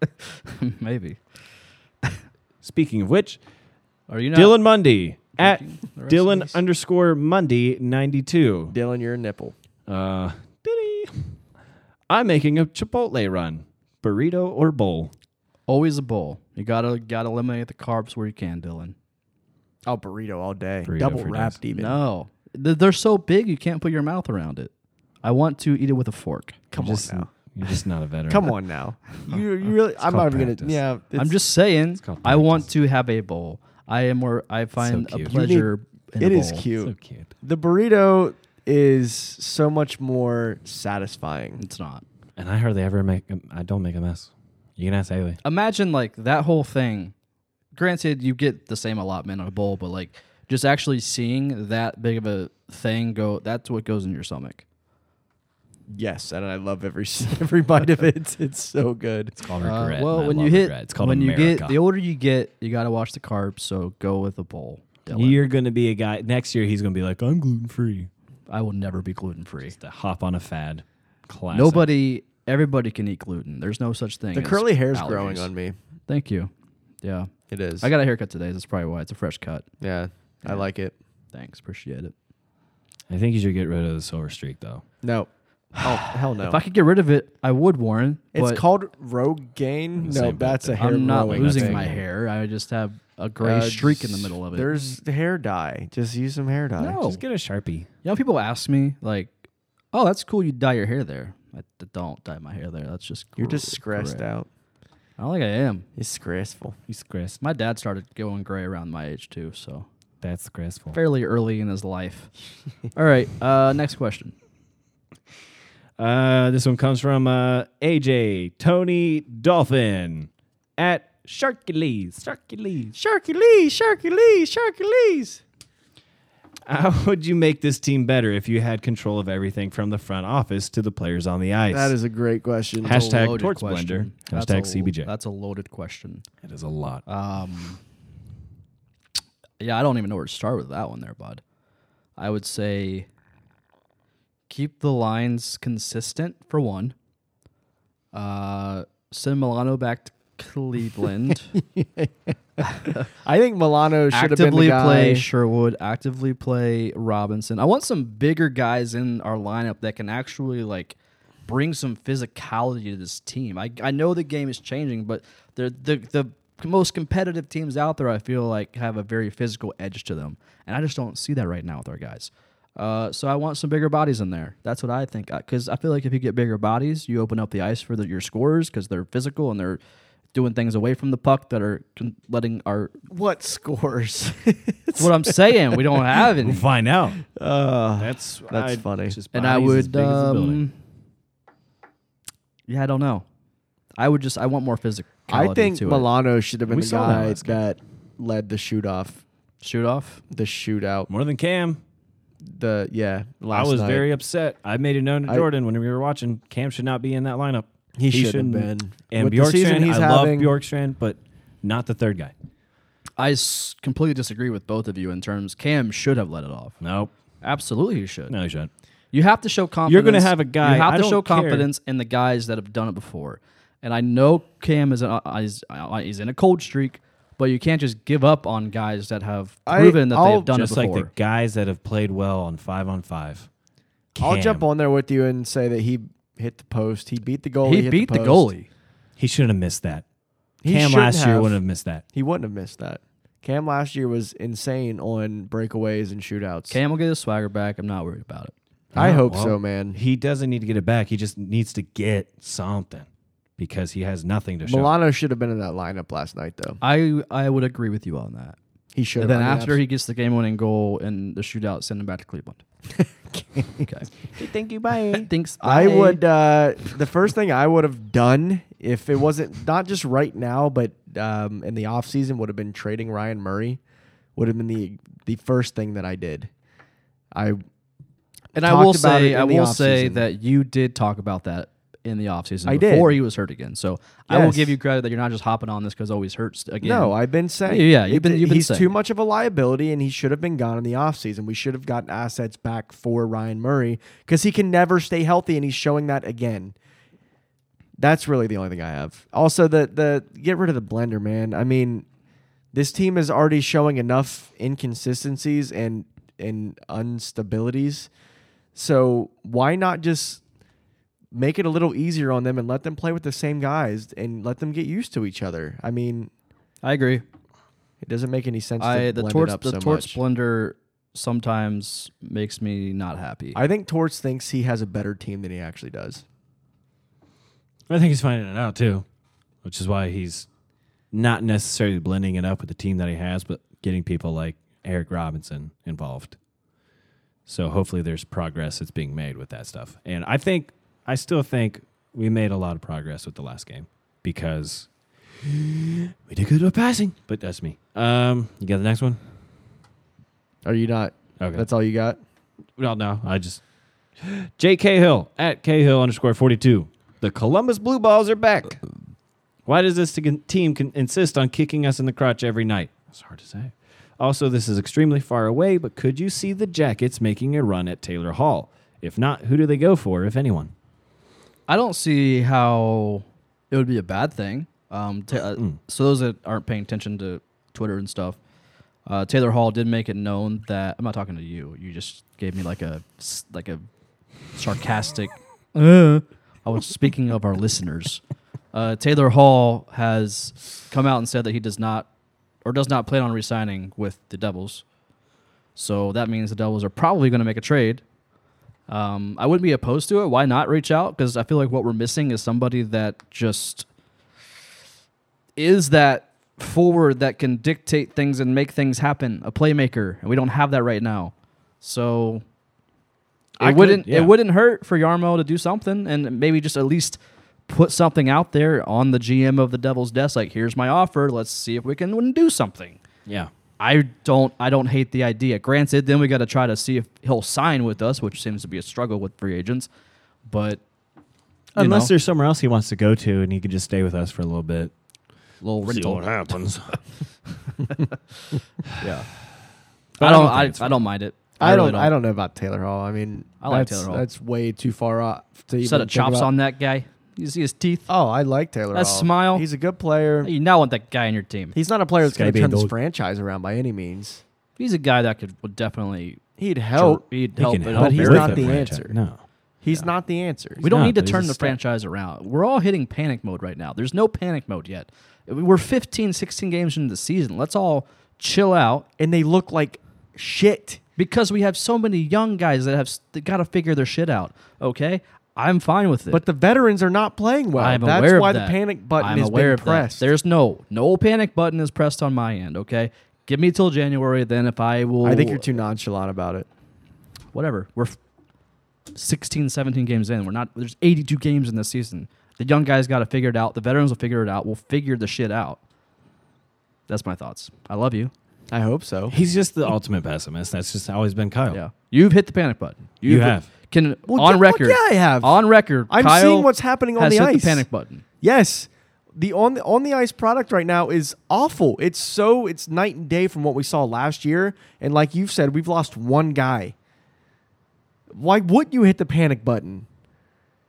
maybe
Speaking of which,
are you not
Dylan Mundy at
drinking the rest of
Dylan
these?
underscore Mundy ninety two.
Dylan, you're a nipple.
uh, diddy. I'm making a Chipotle run, burrito or bowl.
always a bowl you gotta gotta eliminate the carbs where you can dylan
Oh, burrito all day.
Burrito
Double
for days.
wrapped even.
no Th- they're so big you can't put your mouth around it i want to eat it with a fork
Come
You're
on
just,
now.
You're just not a veteran.
Come on now. You, you really? I'm not
called
even gonna.
practice.
Yeah, it's-
I'm just saying.
called
I want to have a bowl. I am where I find a
cute.
you need-
pleasure. in a
It is
bowl.
cute.
So cute.
The burrito is so much more satisfying.
It's not.
And I hardly ever make. a- I don't make a mess. You can ask Haley.
Imagine like that whole thing. Granted, you get the same allotment on a bowl, but like just actually seeing that big of a thing go. That's what goes in your stomach.
Yes, and I love every every bite of it. It's so good.
It's called
Uh,
regret.
well,
and I
when you
love
hit,
regret. it's called
when you
America.
get the older you get, you gotta watch the carbs. So go with a bowl. Dylan.
You're gonna be a guy next year. He's gonna be like, I'm gluten free.
I will never be gluten free.
Just to hop on a fad. Classic.
Nobody, everybody can eat gluten. There's no such thing.
The
as
curly hair's
allergies.
growing on me.
Thank you. Yeah,
It is.
I got a haircut today. That's probably why it's a fresh cut.
Yeah, I like it.
Thanks, appreciate it.
I think you should get rid of the silver streak though.
No. Oh hell no.
If I could get rid of it, I would, Warren.
it's
but
called Rogaine. No,
Same
that's a
thing.
hair.
I'm not
growing
losing
thing.
my hair. I just have a gray
Uh,
streak in the middle of it. You
There's hair dye. Just use some hair dye.
No.
Just get a sharpie.
know, people ask me like, "Oh, that's cool. You dye your hair there." I d- don't dye my hair there. That's just
You're
gr-
just stressed
gray.
out.
I don't think I am.
It's stressful.
He's graceful.
My dad started going gray around my age too, so
That's graceful.
fairly early in his life. All right, uh, next question.
Uh, this one comes from uh, AJ Tony Dolphin at Sharkules. Sharkules.
Sharky Lee, Sharky Lee, Sharky Lee's.
How would you make this team better if you had control of everything from the front office to the players on the ice?
That is a great question.
Has-
It's a
Hashtag
loaded
Torts
question.
Blender.
That's a
Hashtag
lo-
CBJ.
That's a loaded question.
It is a lot.
Um, yeah, I don't even know where to start with that one there, bud. I would say keep the lines consistent for one. Uh, send Milano back to Cleveland.
I think Milano should have been the
actively
guy.
play Sherwood. Actively play Robinson. I want some bigger guys in our lineup that can actually like bring some physicality to this team. I, I know the game is changing, but they're the the most competitive teams out there. I feel like have a very physical edge to them, and I just don't see that right now with our guys. Uh, so I want some bigger bodies in there. That's what I think. Because I feel like if you get bigger bodies, you open up the ice for the, your scorers because they're physical and they're doing things away from the puck that are con- letting our
what scores?
that's what I'm saying. We don't have any.
We'll find out.
uh,
That's
That's funny.
And I would. Um, yeah, I don't know. I would just. I want more physicality.
I think
to
Milano should have been
We
the
saw that
guy that,
last game.
led the shoot off,
it. shoot off.
the shootout.
more than Cam.
The yeah, last
I was
night.
very upset. I made it known to
I-
Jordan when we were watching. Cam should not be in that lineup.
He,
shouldn't.
shouldn't have been.
And
With the
Bjorkstrand,
season he's
I
having-
love Bjorkstrand, but not the third guy.
I s- completely disagree with both of you in terms. Cam should have let it off.
Nope.
Absolutely, he should.
No, he shouldn't.
You have to show confidence.
You're gonna have a guy-
You have
I
to
don't
show
care.
confidence in the guys that have done it before. And I know Cam is, uh, is uh, is in a cold streak, but you can't just give up on guys that have
I-
proven that
I'll-
they've done
Just
it
like
before.
the guys that have played well on five on five.
I'll
Cam,
jump on there with you and say that he hit the post. He beat the goalie.
he
hit
beat the,
post.
goalie.
He shouldn't have missed that.
He
Cam
shouldn't
last year
have.
wouldn't have missed that.
He wouldn't have missed that. Cam last year was insane on breakaways and shootouts.
Cam will get his swagger back. I'm not worried about it.
I
Yeah,
hope
well,
so, man.
He doesn't need to get it back. He just needs to get something because he has nothing to show.
Milano should have been in that lineup last night, though.
I I would agree with you on that.
He should.
And
have.
then after he gets the game winning goal and the shootout, send him back to Cleveland. okay.
thank you, bye.
Thanks.
I
bye.
would. Uh, the first thing I would have done if it wasn't not just right now, but um, in the off season, would have been trading Ryan Murray. Would have been the the first thing that I did. I
And I
talked
will
about it
say,
in
I
the
will say
offseason.
that you did talk about that in the offseason
I did.
before he was hurt again. So I will
Yes.
give you credit that you're not just hopping on this because always hurts again.
No, I've been saying.
Yeah, you've been- you've been
he's
saying
too
it.
much of a liability, and he should have been gone in the offseason. We should have gotten assets back for Ryan Murray because he can never stay healthy, and he's showing that again. That's really the only thing I have. Also, the the get rid of the blender, man. I mean, this team is already showing enough inconsistencies and and instabilities. So why not just make it a little easier on them and let them play with the same guys and let them get used to each other? I mean,
I agree.
it doesn't make any sense.
I
to
the
blend
torch
it up
the
so much.
torch blender sometimes makes me not happy.
I think Torch thinks he has a better team than he actually does.
I think he's finding it out too, which is why he's not necessarily blending it up with the team that he has, but getting people like Eric Robinson involved. So hopefully there's progress that's being made with that stuff. And I think I still think we made a lot of progress with the last game because we did good with passing, but that's me. Um, you got the next one?
Are you not?
Okay.
That's all you got.
Well, no, I just. Jake Cahill at Cahill underscore 42. The Columbus Blue Balls are back. Why does this t- team con- insist on kicking us in the crotch every night? It's hard to say. Also, this is extremely far away, but could you see the Jackets making a run at Taylor Hall? If not, who do they go for, if anyone?
I don't see how it would be a bad thing. Um, ta- uh, so those that aren't paying attention to Twitter and stuff, uh, Taylor Hall did make it known that I'm not talking to you. You just gave me like a s- like a sarcastic. uh, I was speaking of our listeners. Uh, Taylor Hall has come out and said that he does not or does not plan on resigning with the Devils. So that means the Devils are probably going to make a trade. Um, I wouldn't be opposed to it. Why not reach out? Because I feel like what we're missing is somebody that just is that forward that can dictate things and make things happen, a playmaker, and we don't have that right now. So it
I could,
wouldn't
yeah.
it wouldn't hurt for Yarmo to do something and maybe just at least put something out there on the GM of the Devil's desk, like here's my offer. Let's see if we can do something.
Yeah.
I don't I don't hate the idea. Granted, then we got to try to see if he'll sign with us, which seems to be a struggle with free agents. But you
Unless
know,
there's somewhere else he wants to go to and he could just stay with us for a little bit.
little rental,
happens.
yeah.
But
I
I
don't
don't think
I,
it's
I don't mind it.
I,
really
don't, I don't know about Taylor Hall. I mean,
I like
that's-
Taylor Hall.
That's way too far off to even
set of
think
chops
about-
on that guy. You see his teeth.
Oh, I like Taylor.
That
Hall.
smile.
He's a good player.
You now want that guy on your team.
He's not a player that's going
gotta be
to
a
turn this
dog.
franchise around by any means.
He's a guy that could would definitely
He'd help.
He'd
He
help,
can
but
help
but he's
with
not the
franchise.
answer.
No.
He's not the answer.
We don't
not,
need to
but he's
turn
a
the
step.
franchise around. We're all hitting panic mode right now. There's no panic mode yet. We're 15, 16 games into the season. Let's all chill out
and they look like shit.
because we have so many young guys that have s- that got to figure their shit out. Okay, I'm fine with it.
But the veterans are not playing well.
I'm
That's
aware of
why
that.
the panic button
I'm
is
aware
being
of that.
pressed.
There's no no panic button is pressed on my end. Okay, give me till January. Then if I will,
I think you're too nonchalant about it.
whatever. We're f- 16, 17 games in. We're not. There's 82 games in this season. The young guys got to figure it out. The veterans will figure it out. We'll figure the shit out. That's my thoughts. I love you.
I hope so.
He's just the ultimate pessimist. That's just always been Kyle.
Yeah, you've hit the panic button.
You
You've-
have.
Can
Well,
on
yeah, fuck
record?
yeah, I have.
On record.
I'm
Kyle
seeing what's happening on
has
the
hit
ice.
The panic button.
Yes, the on the on the ice product right now is awful. It's so it's night and day from what we saw last year. And like you've said, we've lost one guy. Why would you hit the panic button?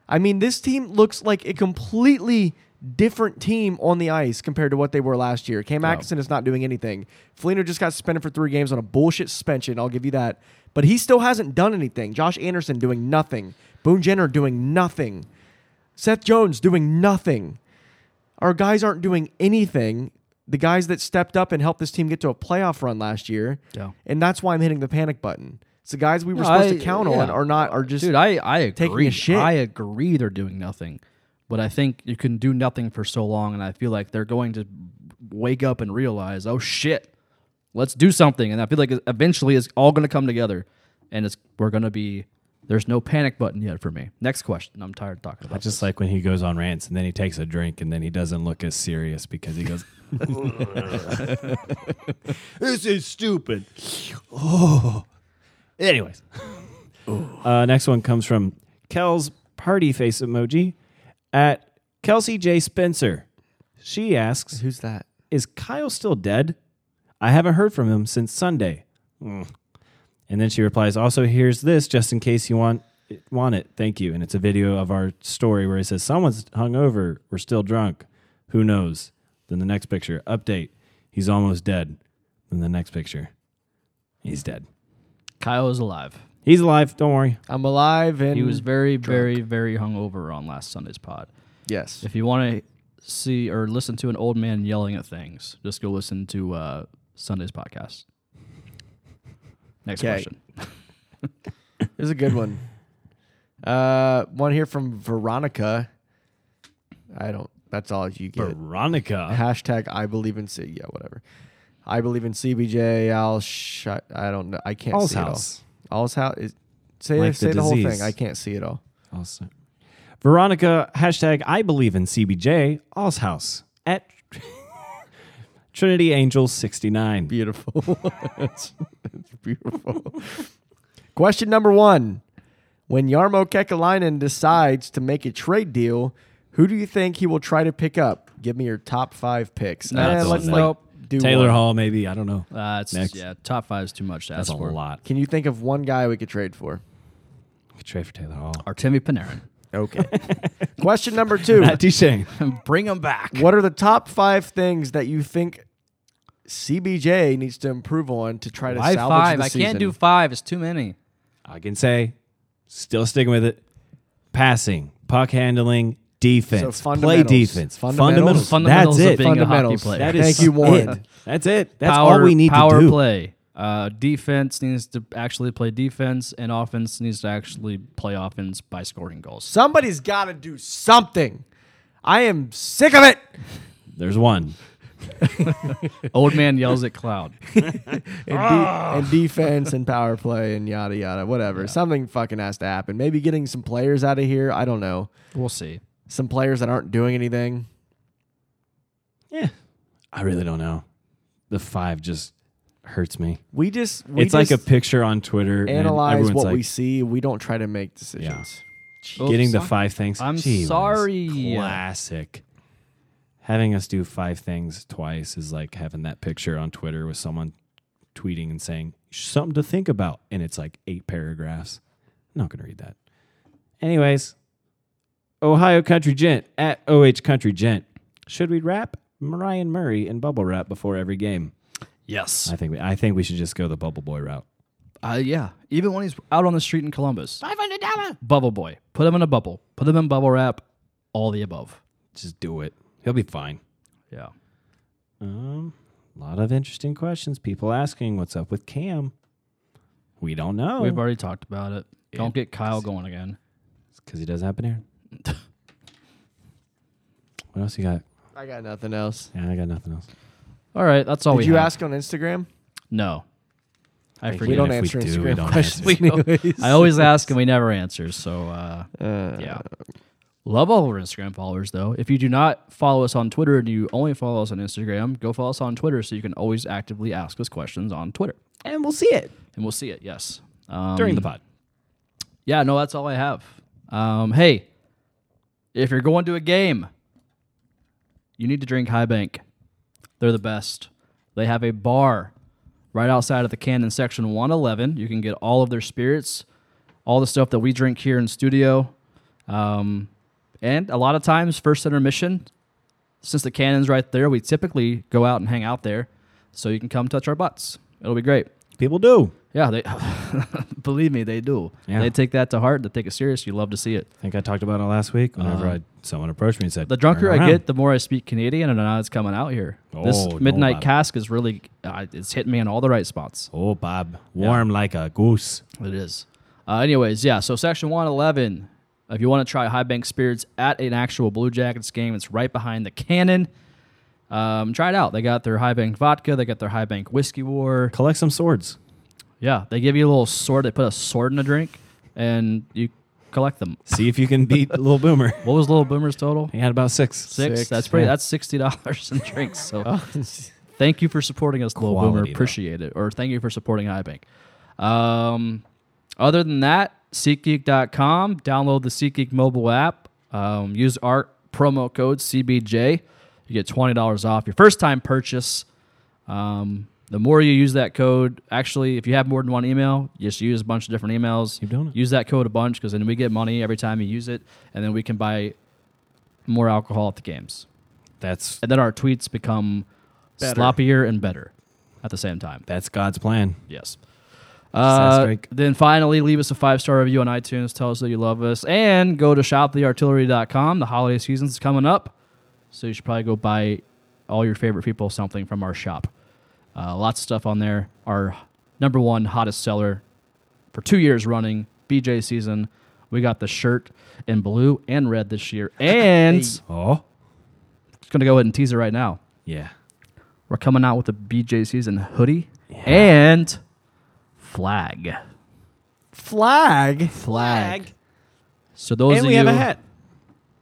I mean, this team looks like a completely different team on the ice compared to what they were last year. Cam Atkinson is not doing anything. Felino just got suspended for three games on a bullshit suspension. I'll give you that. But he still hasn't done anything. Josh Anderson doing nothing. Boone Jenner doing nothing. Seth Jones doing nothing. Our guys aren't doing anything. The guys that stepped up and helped this team get to a playoff run last year.
Yeah.
And that's why I'm hitting the panic button. It's the guys we were
No,
supposed
I-
to count on
yeah.
are not are just
Dude, I, I agree.
taking a shit.
I agree they're doing nothing. But I think you can do nothing for so long, and I feel like they're going to wake up and realize, oh shit, let's do something. And I feel like eventually it's all going to come together, and it's we're going to be. There's no panic button yet for me. Next question. I'm tired of talking
I
about.
just like when he goes on rants and then he takes a drink and then he doesn't look as serious because he goes, "This is stupid." Oh. Anyways, uh, next one comes from Kel's party face emoji at Kelsey J Spencer. She asks,
who's that?
"Is Kyle still dead? I haven't heard from him since Sunday." Mm. And then she replies, "Also, here's this just in case you want it, want it. Thank you." And it's a video of our story where it says, "Someone's hungover. We're still drunk. Who knows?" Then the next picture, update. He's almost dead. Then the next picture, he's dead.
Kyle is alive.
He's alive. Don't worry.
I'm alive and
He was very, very, very hungover on last Sunday's pod.
yes.
If you want to see or listen to an old man yelling at things, just go listen to uh, Sunday's podcast. Next
Okay.
question.
It was a good one. Uh, one here from Veronica. I don't. That's all you get.
Veronica.
Hashtag I believe in C. Yeah, whatever. I believe in CBJ. I'll. Sh- I don't know. I can't
All's
see
house.
it all. All's house. Is, say
Like the
say the, whole
disease.
thing. I can't see it all.
Also, Veronica hashtag I believe in CBJ All's house at Trinity Angel sixty nine.
Beautiful. it's, it's beautiful. Question number one. When Yarmo Kekalainen decides to make a trade deal, who do you think he will try to pick up? Give me your top five picks. Eh,
No, that's
let's
all-
like
nope.
do
Taylor
one.
Hall, maybe I don't know.
Uh, it's,
Next.
Yeah, top five is too much to
That's a
ask for.
lot.
Can you think of one guy we could trade for?
We could trade for Taylor Hall.
Artemi Panarin.
Okay. Question number two.
Dishang.
Bring him back.
What are the top five things that you think CBJ needs to improve on to try to
Why
salvage
five?
the
I
season?
can't do five. It's too many.
I can say, still sticking with it. Passing, puck handling, defense,
So
play
fundamentals.
defense,
Fundamentals.
Fundamentals of
That's it.
being a hockey
Fundamentals.
player.
that is
Thank you, Warren.
it. That's it. That's
power,
all we need
power
to do.
play. Uh, defense needs to actually play defense, and offense needs to actually play offense by scoring goals.
Somebody's got to do something. I am sick of it.
There's one.
Old man yells at cloud.
and,
Ah.
de- and defense and power play and yada yada whatever something fucking has to happen maybe getting some players out of here i don't know
We'll see.
some players that aren't doing anything
Yeah. I really don't know. The five just hurts me.
we just we
it's
just
like a picture on Twitter. and
analyze
everyone's
what
like,
we see we don't try to make decisions
Getting the
Oops.
five things.
I'm
Gee whiz.
sorry.
Classic. Having us do five things twice is like having that picture on Twitter with someone tweeting and saying something to think about, and it's like eight paragraphs. I'm not gonna read that. Anyways, Ohio Country Gent at OH Country Gent. Should we wrap Ryan Murray in bubble wrap before every game?
Yes.
I think we, I think we should just go the bubble boy route.
Uh, yeah. Even when he's out on the street in Columbus. Five hundred dollar bubble boy. Put him in a bubble. Put him in bubble wrap. All the above.
Just do it. He'll be fine.
Yeah.
Um, a lot of interesting questions. People asking, "What's up with Cam?" We don't know
We've already talked about it. Don't get Kyle going again.
because he doesn't happen here. what else you got?
i got nothing else
Yeah, I got nothing else.
All right, that's all
did
we
you
have.
ask on instagram
No. I
Thank
we
forget.
don't
if we
answer
do, we
instagram
don't
questions
answer. We don't.
anyways.
I always ask and we never answer. So uh,
Uh,
yeah. Love all of our Instagram followers though. If you do not follow us on Twitter and you only follow us on Instagram, go follow us on Twitter so you can always actively ask us questions on Twitter.
And we'll see it
And we'll see it, yes. Um,
during the pod.
Yeah, no, that's all I have. Um, hey, if you're going to a game, you need to drink High Bank. They're the best. They have a bar right outside of the can in section 111. You can get all of their spirits, all the stuff that we drink here in studio. Um, and a lot of times, first intermission, Since the cannon's right there, we typically go out and hang out there, so you can come touch our butts. It'll be great.
People do.
Yeah, they believe me, they do.
Yeah.
They take that to heart. They take it serious. You love to see it.
I think I talked about it last week whenever
Uh,
I, someone approached me and said,
The drunker
"Turn
I
around."
get, the more I speak Canadian, and now it's coming out here. this
Oh, no,
midnight
Bob.
cask is really uh, it's hitting me in all the right spots.
Oh, Bob, warm like a goose.
It is. Uh, anyways, yeah. So section one eleven. If you want to try high bank spirits at an actual Blue Jackets game, it's right behind the cannon. Um, try it out. They got their high bank vodka. They got their high bank whiskey war.
Collect some swords.
Yeah, they give you a little sword. They put a sword in a drink, and you collect them.
See if you can beat Little Boomer.
What was Little Boomer's total?
He had about six.
Six.
Six,
That's pretty.
yeah.
That's sixty dollars in drinks. So thank you for supporting us, Little Boomer.
Quality, though.
Appreciate it. Or thank you for supporting iBank. Um, other than that, SeatGeek.com. Download the SeatGeek mobile app. Um, use our promo code CBJ. You get twenty dollars off your first time purchase. Um, the more you use that code, actually, if you have more than one email, just use a bunch of different emails.
Keep doing it.
Use that code a bunch because then we get money every time you use it, and then we can buy more alcohol at the games
That's
and then our tweets become
Better.
sloppier and better at the same time.
that's God's plan.
Yes.
ask
Uh,
Drake.
then finally, leave us a five star review on iTunes. Tell us that you love us. And go to shoptheartillery.com. The holiday season's coming up. So you should probably go buy all your favorite people something from our shop. Uh, lots of stuff on there. Our number one hottest seller for two years running, BJ season. We got the shirt in blue and red this year. And just
Oh,
going to go ahead and tease it right now.
yeah.
We're coming out with a BJ season hoodie and flag.
Flag.
Flag. So those
and
of
we have
you-
a hat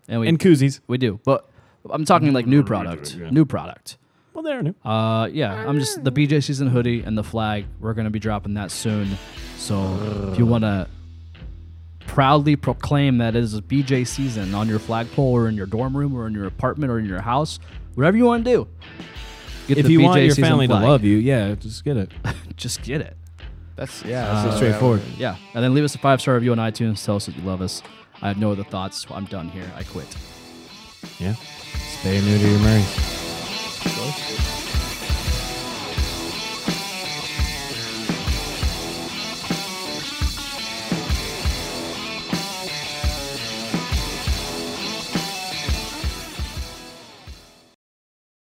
and we
and koozies.
we do, but I'm talking like new product, new product.
Well, they're new.
Uh, yeah, I'm just the BJ season hoodie and the flag. We're gonna be dropping that soon. So if you wanna proudly proclaim that it is a BJ season on your flagpole or in your dorm room or in your apartment or in your house, whatever you wanna do, get
If
the
you
BJ
want your
season
family
flag.
to love you, yeah, just get it.
just get it.
That's yeah. That's just
Straightforward.
Yeah, and then leave us a five star review on iTunes. Tell us that you love us. I have no other thoughts. I'm done here. I quit.
Yeah. Stay new to your Murrays.